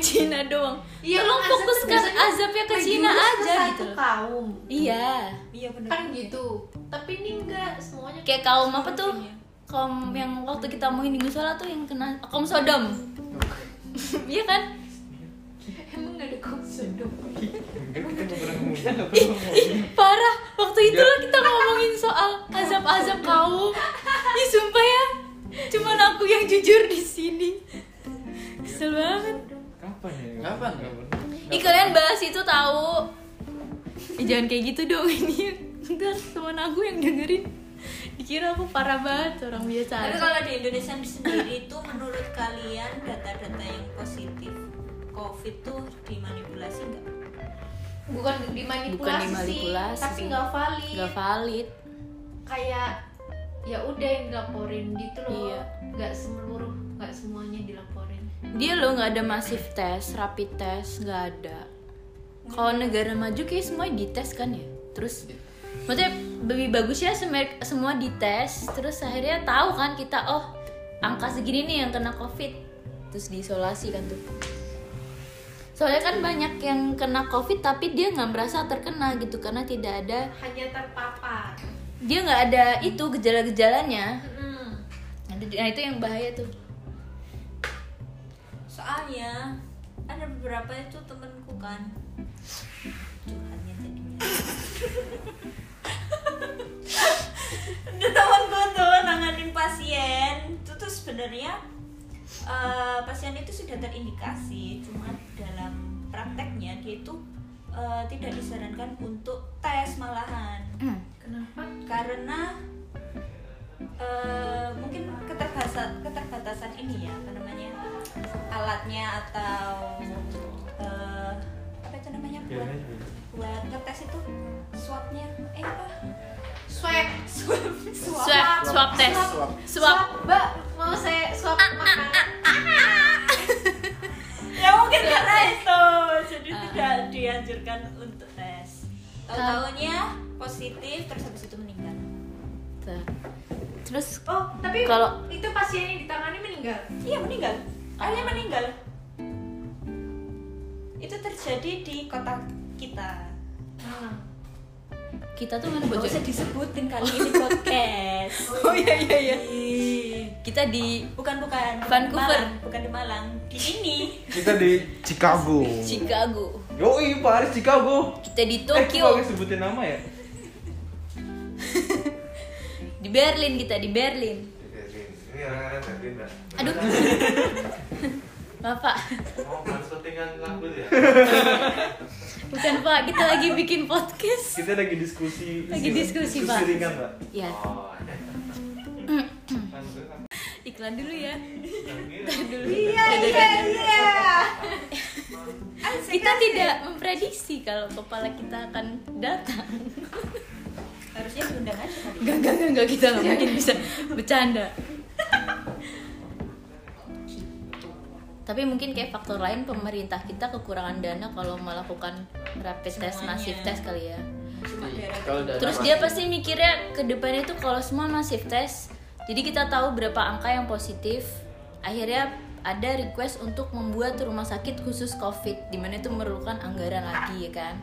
Speaker 2: Cina doang?
Speaker 4: Iya,
Speaker 2: Tolong
Speaker 4: kan azab tuh
Speaker 2: fokuskan
Speaker 4: biasanya
Speaker 2: azabnya ke Cina
Speaker 4: menjurus
Speaker 2: aja
Speaker 4: ke satu
Speaker 2: gitu. loh.
Speaker 4: kaum.
Speaker 2: Iya.
Speaker 5: iya benar
Speaker 4: Kan gitu. Tapi ini enggak semuanya.
Speaker 2: Kayak kaum apa tuh?
Speaker 4: Iya.
Speaker 2: Kaum yang waktu kita omongin di musola tuh yang kena kaum
Speaker 4: <laughs>
Speaker 2: Sodom. Iya kan?
Speaker 4: Emang ada kaum Sodom.
Speaker 1: Enggak, kita nggak pernah ngomong. Kita nggak pernah ngomong.
Speaker 2: Parah, waktu itu lah kita ngomongin soal azab-azab kaum. Ih, sumpah ya. Cuman aku yang jujur di sini. Kesel banget.
Speaker 1: Kapan ya?
Speaker 3: Kapan?
Speaker 1: Nggak pernah.
Speaker 2: Ih, kalian bahas itu tahu. Ih, jangan kayak gitu dong <laughs> ini. Ntar teman aku yang dengerin dikira aku parah banget orang biasa
Speaker 5: tapi
Speaker 2: aja.
Speaker 5: kalau di Indonesia <laughs> sendiri itu menurut kalian data-data yang positif covid tuh dimanipulasi nggak
Speaker 4: Bukan dimanipulasi,
Speaker 2: Bukan
Speaker 4: sih,
Speaker 2: dimanipulasi.
Speaker 4: tapi nggak valid.
Speaker 2: Gak valid.
Speaker 4: Kayak ya udah yang dilaporin gitu loh.
Speaker 2: Iya.
Speaker 4: Nggak seluruh, nggak semuanya dilaporin.
Speaker 2: Dia loh nggak ada masif tes, rapid tes nggak ada. Kalau negara maju kayak semua dites kan ya. Terus maksudnya lebih bagusnya semer- semua dites, terus akhirnya tahu kan kita oh angka segini nih yang kena covid, terus diisolasi kan tuh. Soalnya kan banyak yang kena covid tapi dia nggak merasa terkena gitu karena tidak ada
Speaker 4: Hanya terpapar.
Speaker 2: dia nggak ada itu gejala-gejalanya.
Speaker 4: Mm.
Speaker 2: Nah itu yang bahaya tuh.
Speaker 5: soalnya ada beberapa itu temenku kan curhatnya jadinya ada temanku tuh nanganin pasien itu tuh sebenarnya eh, pasien itu sudah terindikasi cuman dalam prakteknya dia itu eh, tidak disarankan untuk tes malahan
Speaker 2: Hmm.
Speaker 4: Mm. Kenapa?
Speaker 5: karena eh, mungkin keterbatasan keterbatasan keterbatasan ini ya apa namanya alatnya atau eh, apa itu namanya buat
Speaker 1: Biarin aja, biarin.
Speaker 5: buat ngetes itu swabnya eh apa <laughs>
Speaker 4: swab
Speaker 5: swab
Speaker 2: Swab, swab test.
Speaker 3: Swab.
Speaker 2: Swab.
Speaker 4: mbak mau saya swab
Speaker 2: Ah,
Speaker 4: makanan
Speaker 5: ya mungkin karena itu jadi tidak dianjurkan untuk tes tahu-tahunya positif terus habis itu meninggal
Speaker 2: Tuh. Nah, Terus
Speaker 4: oh tapi
Speaker 2: Kalau-
Speaker 4: itu pasien yang ditangani meninggal
Speaker 5: iya meninggal akhirnya meninggal itu terjadi di kota kita
Speaker 2: Ah. kita tuh mana
Speaker 5: Gak
Speaker 2: Bojo?
Speaker 5: usah disebutin kali ini <laughs> podcast
Speaker 2: Oh iya iya iya.
Speaker 5: Ih,
Speaker 2: Kita di
Speaker 5: bukan bukan Bukan di
Speaker 2: Vancouver.
Speaker 5: Malang. bukan di Malang di sini
Speaker 1: Kita di Chicago.
Speaker 2: Chicago.
Speaker 1: Yoi, Paris Chicago.
Speaker 2: Kita di
Speaker 1: Eh,
Speaker 2: Tokyo.
Speaker 1: kok gak sebutin nama ya?
Speaker 2: Di Berlin kita di Berlin.
Speaker 6: Ini orang-orang tadi enggak. <laughs>
Speaker 2: Aduh. Maaf Pak.
Speaker 6: Mau konsultingan lagu ya.
Speaker 2: Bukan Pak, kita lagi bikin podcast.
Speaker 1: Kita lagi diskusi.
Speaker 2: Lagi diskusi, Pak.
Speaker 1: ringan, Pak.
Speaker 2: Ya,
Speaker 6: Oh, ada.
Speaker 1: Langsung.
Speaker 2: iklan dulu ya.
Speaker 6: Yang
Speaker 2: Dulu.
Speaker 5: iya iya iya
Speaker 2: Kita tidak memprediksi kalau kepala kita akan datang.
Speaker 5: harusnya diundang aja kali
Speaker 2: Gak, gak, gak, gak, kita nggak gitu mungkin bisa bercanda. Tapi mungkin kayak faktor lain pemerintah kita kekurangan dana kalau melakukan rapid test
Speaker 5: Semuanya.
Speaker 2: masif tes kali ya.
Speaker 5: Cuma
Speaker 3: Iya,
Speaker 5: daerah
Speaker 3: kalau daerah
Speaker 2: Terus dia pasti mikirnya ke depannya tuh kalau semua masif tes, jadi kita tahu berapa angka yang positif. Akhirnya ada request untuk membuat rumah sakit khusus COVID, dimana itu memerlukan anggaran lagi ya kan?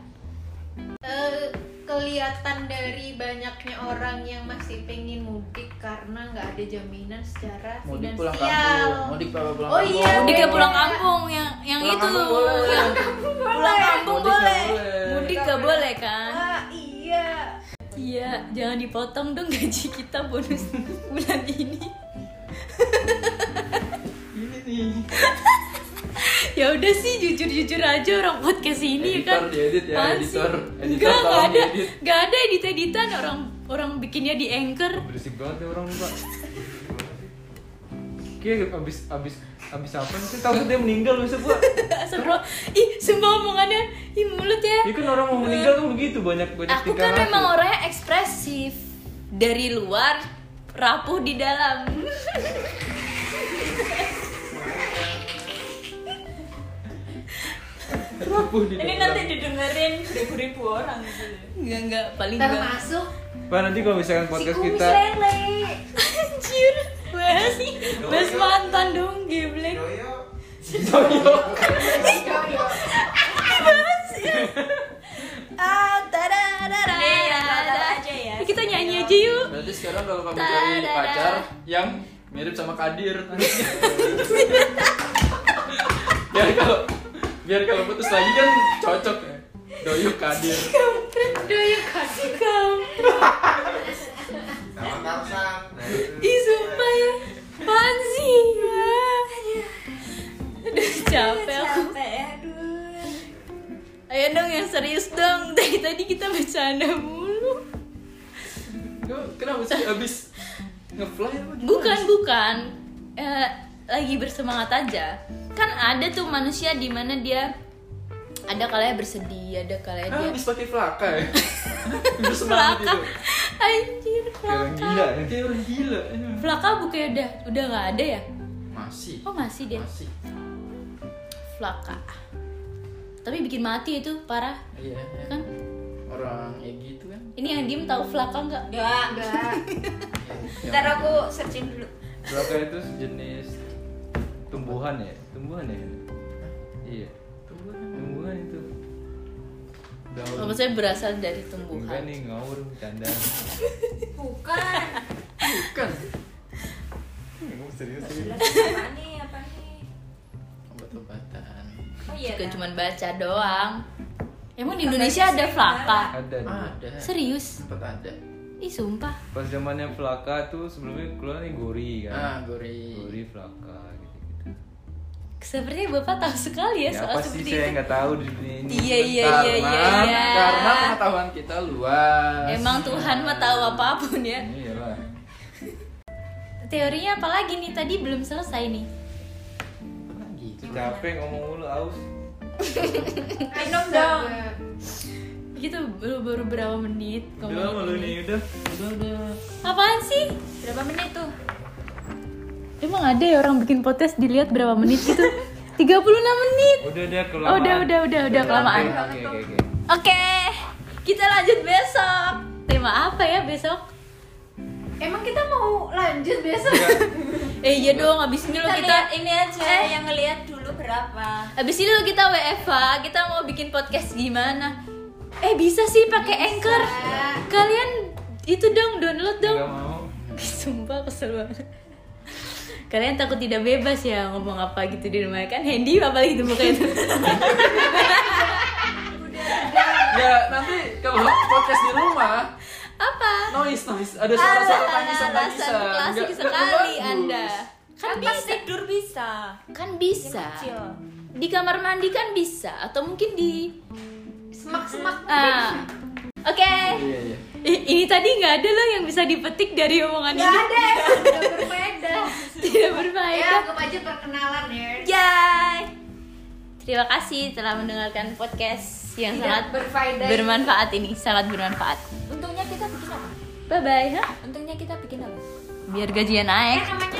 Speaker 4: Eh, kelihatan dari banyaknya orang yang masih pengen mudik karena nggak ada jaminan secara
Speaker 3: mudik
Speaker 4: finansial.
Speaker 3: pulang kampung mudik bapak pulang
Speaker 4: Oh
Speaker 3: kampung.
Speaker 4: iya,
Speaker 2: Mudik ya
Speaker 4: beda.
Speaker 2: pulang kampung yang yang
Speaker 3: Pulang
Speaker 2: itu
Speaker 3: kampung boleh.
Speaker 2: yang pulang kampung boleh.
Speaker 3: Mudik ya nggak boleh.
Speaker 2: Mudik gak boleh kan?
Speaker 4: Ah, iya.
Speaker 2: Iya, jangan dipotong dong gaji kita bonus bulan ini.
Speaker 1: Ini nih.
Speaker 2: Ya udah sih jujur-jujur aja orang podcast ini ya
Speaker 3: Editor,
Speaker 2: kan.
Speaker 3: diedit ya,
Speaker 2: Apaan
Speaker 3: editor.
Speaker 2: sih?
Speaker 3: Editor
Speaker 2: Enggak,
Speaker 3: tolong
Speaker 2: enggak ada.
Speaker 3: diedit.
Speaker 2: Enggak ada edit-editan orang orang bikinnya di Anchor. <laughs>
Speaker 1: Berisik banget ya orang nih, Pak. Kayak abis abis abis apa sih? Takut dia meninggal besok, Pak.
Speaker 2: Seru. Ih, semua omongannya ih mulut
Speaker 1: Ya
Speaker 2: ya.
Speaker 1: kan orang mau meninggal tuh begitu banyak banyak
Speaker 2: Aku kan memang orangnya ekspresif. Dari luar rapuh di dalam. <laughs>
Speaker 1: rapuh di
Speaker 5: ini
Speaker 1: dalam.
Speaker 5: nanti didengerin ribu-ribu orang gitu
Speaker 2: Enggak, enggak paling enggak.
Speaker 4: Termasuk
Speaker 1: Pak nanti kalau misalkan
Speaker 4: si
Speaker 1: podcast
Speaker 4: kumis
Speaker 1: kita
Speaker 4: lele.
Speaker 2: Anjir. Bahas, bahas mantan dong, geblek.
Speaker 6: Yoyo.
Speaker 2: ya. Ah, tadadadada.
Speaker 5: Nih, yang rata-rata aja ya.
Speaker 2: Kita nyanyi aja yuk.
Speaker 3: berarti sekarang kalau kamu cari
Speaker 2: Tadada.
Speaker 3: pacar yang mirip sama
Speaker 2: <laughs>
Speaker 3: Kadir biar kalau biar kalau putus lagi kan cocok ya doyuk Kadir
Speaker 2: Si kampret.
Speaker 6: Sama Tarsan. Nah, itu.
Speaker 2: Ih, sumpah ya. Apaan sih? Ah. Aduh, capek aku.
Speaker 5: capek aduh
Speaker 2: Ayo dong yang serius dong. Dari tadi kita bercanda mulu.
Speaker 3: Kau- kenapa sih abis ngefly apa gimana?
Speaker 2: Bukan, bukan. Eh, lagi bersemangat aja. Kan ada tuh manusia di mana dia ada kalanya bersedih, ada kalanya
Speaker 3: Ah,
Speaker 2: dia
Speaker 3: abis pakai flaka
Speaker 2: <laughs>
Speaker 3: ya
Speaker 1: Ah,
Speaker 3: bersemangat itu
Speaker 2: anjir
Speaker 1: Kayak orang gila
Speaker 2: pelaka.
Speaker 1: ya.
Speaker 3: kayak orang gila
Speaker 2: Flaka bukannya udah udah nggak ada ya?
Speaker 3: masih
Speaker 2: Oh masih deh
Speaker 3: masih
Speaker 2: Flaka. Tapi bikin mati itu parah
Speaker 3: iya iya.
Speaker 2: kan?
Speaker 3: orang ya gitu kan
Speaker 2: Ini yang diem tahu Flaka nggak?
Speaker 1: Iya.
Speaker 5: enggak
Speaker 4: Enggak.
Speaker 5: ntar
Speaker 3: Iya.
Speaker 5: aku searching dulu
Speaker 1: Belaka itu sejenis tumbuhan ya, tumbuhan ya. Iya, tumbuhan itu. Daun.
Speaker 2: Oh, maksudnya berasal dari tumbuhan.
Speaker 1: Enggak nih ngawur bercanda.
Speaker 5: bukan
Speaker 3: bukan
Speaker 1: Ngomong serius sih.
Speaker 5: Jelas apa nih apa nih
Speaker 3: obat-obatan
Speaker 5: oh iya
Speaker 2: Juga
Speaker 5: kan?
Speaker 2: cuman baca doang. Emang di Indonesia ada Flaka?
Speaker 1: Ada nih.
Speaker 3: ada
Speaker 2: Serius?
Speaker 3: sempat ada
Speaker 2: Ih sumpah.
Speaker 1: Pas zamannya Flaka tuh sebelumnya keluar nih Gori
Speaker 3: ah
Speaker 1: kan.
Speaker 3: gori
Speaker 1: Gori Flaka gitu-gitu.
Speaker 2: Sepertinya bapak tahu sekali
Speaker 1: Ya,
Speaker 2: ya, soal
Speaker 1: apa sih
Speaker 2: seperti
Speaker 1: saya
Speaker 2: itu.
Speaker 1: nggak tahu di dunia ini.
Speaker 2: Iya iya
Speaker 3: karena,
Speaker 2: iya iya. iya.
Speaker 3: karena pengetahuan kita luas
Speaker 2: Emang Tuhan mah tahu apapun ya.
Speaker 1: Iyalah.
Speaker 2: Tapi teorinya apa lagi nih tadi belum selesai nih
Speaker 3: Apa gitu
Speaker 1: Capek ngomong mulu aus.
Speaker 4: Minum dong.
Speaker 2: gitu baru baru berapa menit
Speaker 1: Udah
Speaker 2: ngomongin
Speaker 1: malu
Speaker 2: ini.
Speaker 1: nih udah.
Speaker 3: udah udah
Speaker 2: apaan sih
Speaker 5: Berapa menit tuh?
Speaker 2: emang ada ya orang bikin podcast dilihat berapa menit <laughs> gitu 36 menit
Speaker 1: Udah udah
Speaker 2: Oh,
Speaker 1: kelamaan.
Speaker 2: udah udah udah udah kelamaan
Speaker 1: Oke oke oke.
Speaker 2: oke kita lanjut besok tema apa ya besok
Speaker 4: Emang kita mau lanjut besok?
Speaker 2: eh iya dong abis ini lo
Speaker 5: Kita,
Speaker 2: kita
Speaker 5: Kan lihat ini aja
Speaker 2: Eh.
Speaker 5: yang ngelihat dulu berapa.
Speaker 2: Abis ini lo kita WFA, kita mau bikin podcast gimana? Eh bisa sih pakai Anchor. Kalian itu dong
Speaker 1: Enggak
Speaker 2: download dong.
Speaker 1: mau.
Speaker 2: <laughs> Sumpah kesel banget. Kalian takut tidak bebas ya ngomong apa gitu di rumah kan handy apa gitu muka itu.
Speaker 3: ya nanti kalau podcast di rumah
Speaker 2: apa?
Speaker 3: noise noise ada suara-suara tangisan
Speaker 2: Alasan
Speaker 3: tangisan
Speaker 2: klasik sekali Anda. Kan
Speaker 5: Kan
Speaker 2: bisa,
Speaker 5: tidur bisa.
Speaker 2: kan bisa.
Speaker 5: Kecil.
Speaker 2: Di kamar mandi kan bisa atau mungkin di
Speaker 4: Semak-semak.
Speaker 2: ah. Oke.
Speaker 3: iya iya
Speaker 2: Ih, ini tadi nggak ada loh yang bisa dipetik dari omongan
Speaker 4: Gak
Speaker 2: ini.
Speaker 4: ada ya, udah berbeda.
Speaker 2: <laughs> Tidak
Speaker 4: Ya,
Speaker 2: berfaedah.
Speaker 4: anggap aja perkenalan ya.
Speaker 2: Yay. Terima kasih telah mendengarkan podcast yang
Speaker 4: Tidak
Speaker 2: sangat
Speaker 4: berfaedah.
Speaker 2: bermanfaat ini, sangat bermanfaat.
Speaker 5: Untungnya kita bikin apa?
Speaker 2: Bye bye.
Speaker 5: Untungnya kita bikin apa? Eh,
Speaker 2: Biar gajian naik.
Speaker 4: Namanya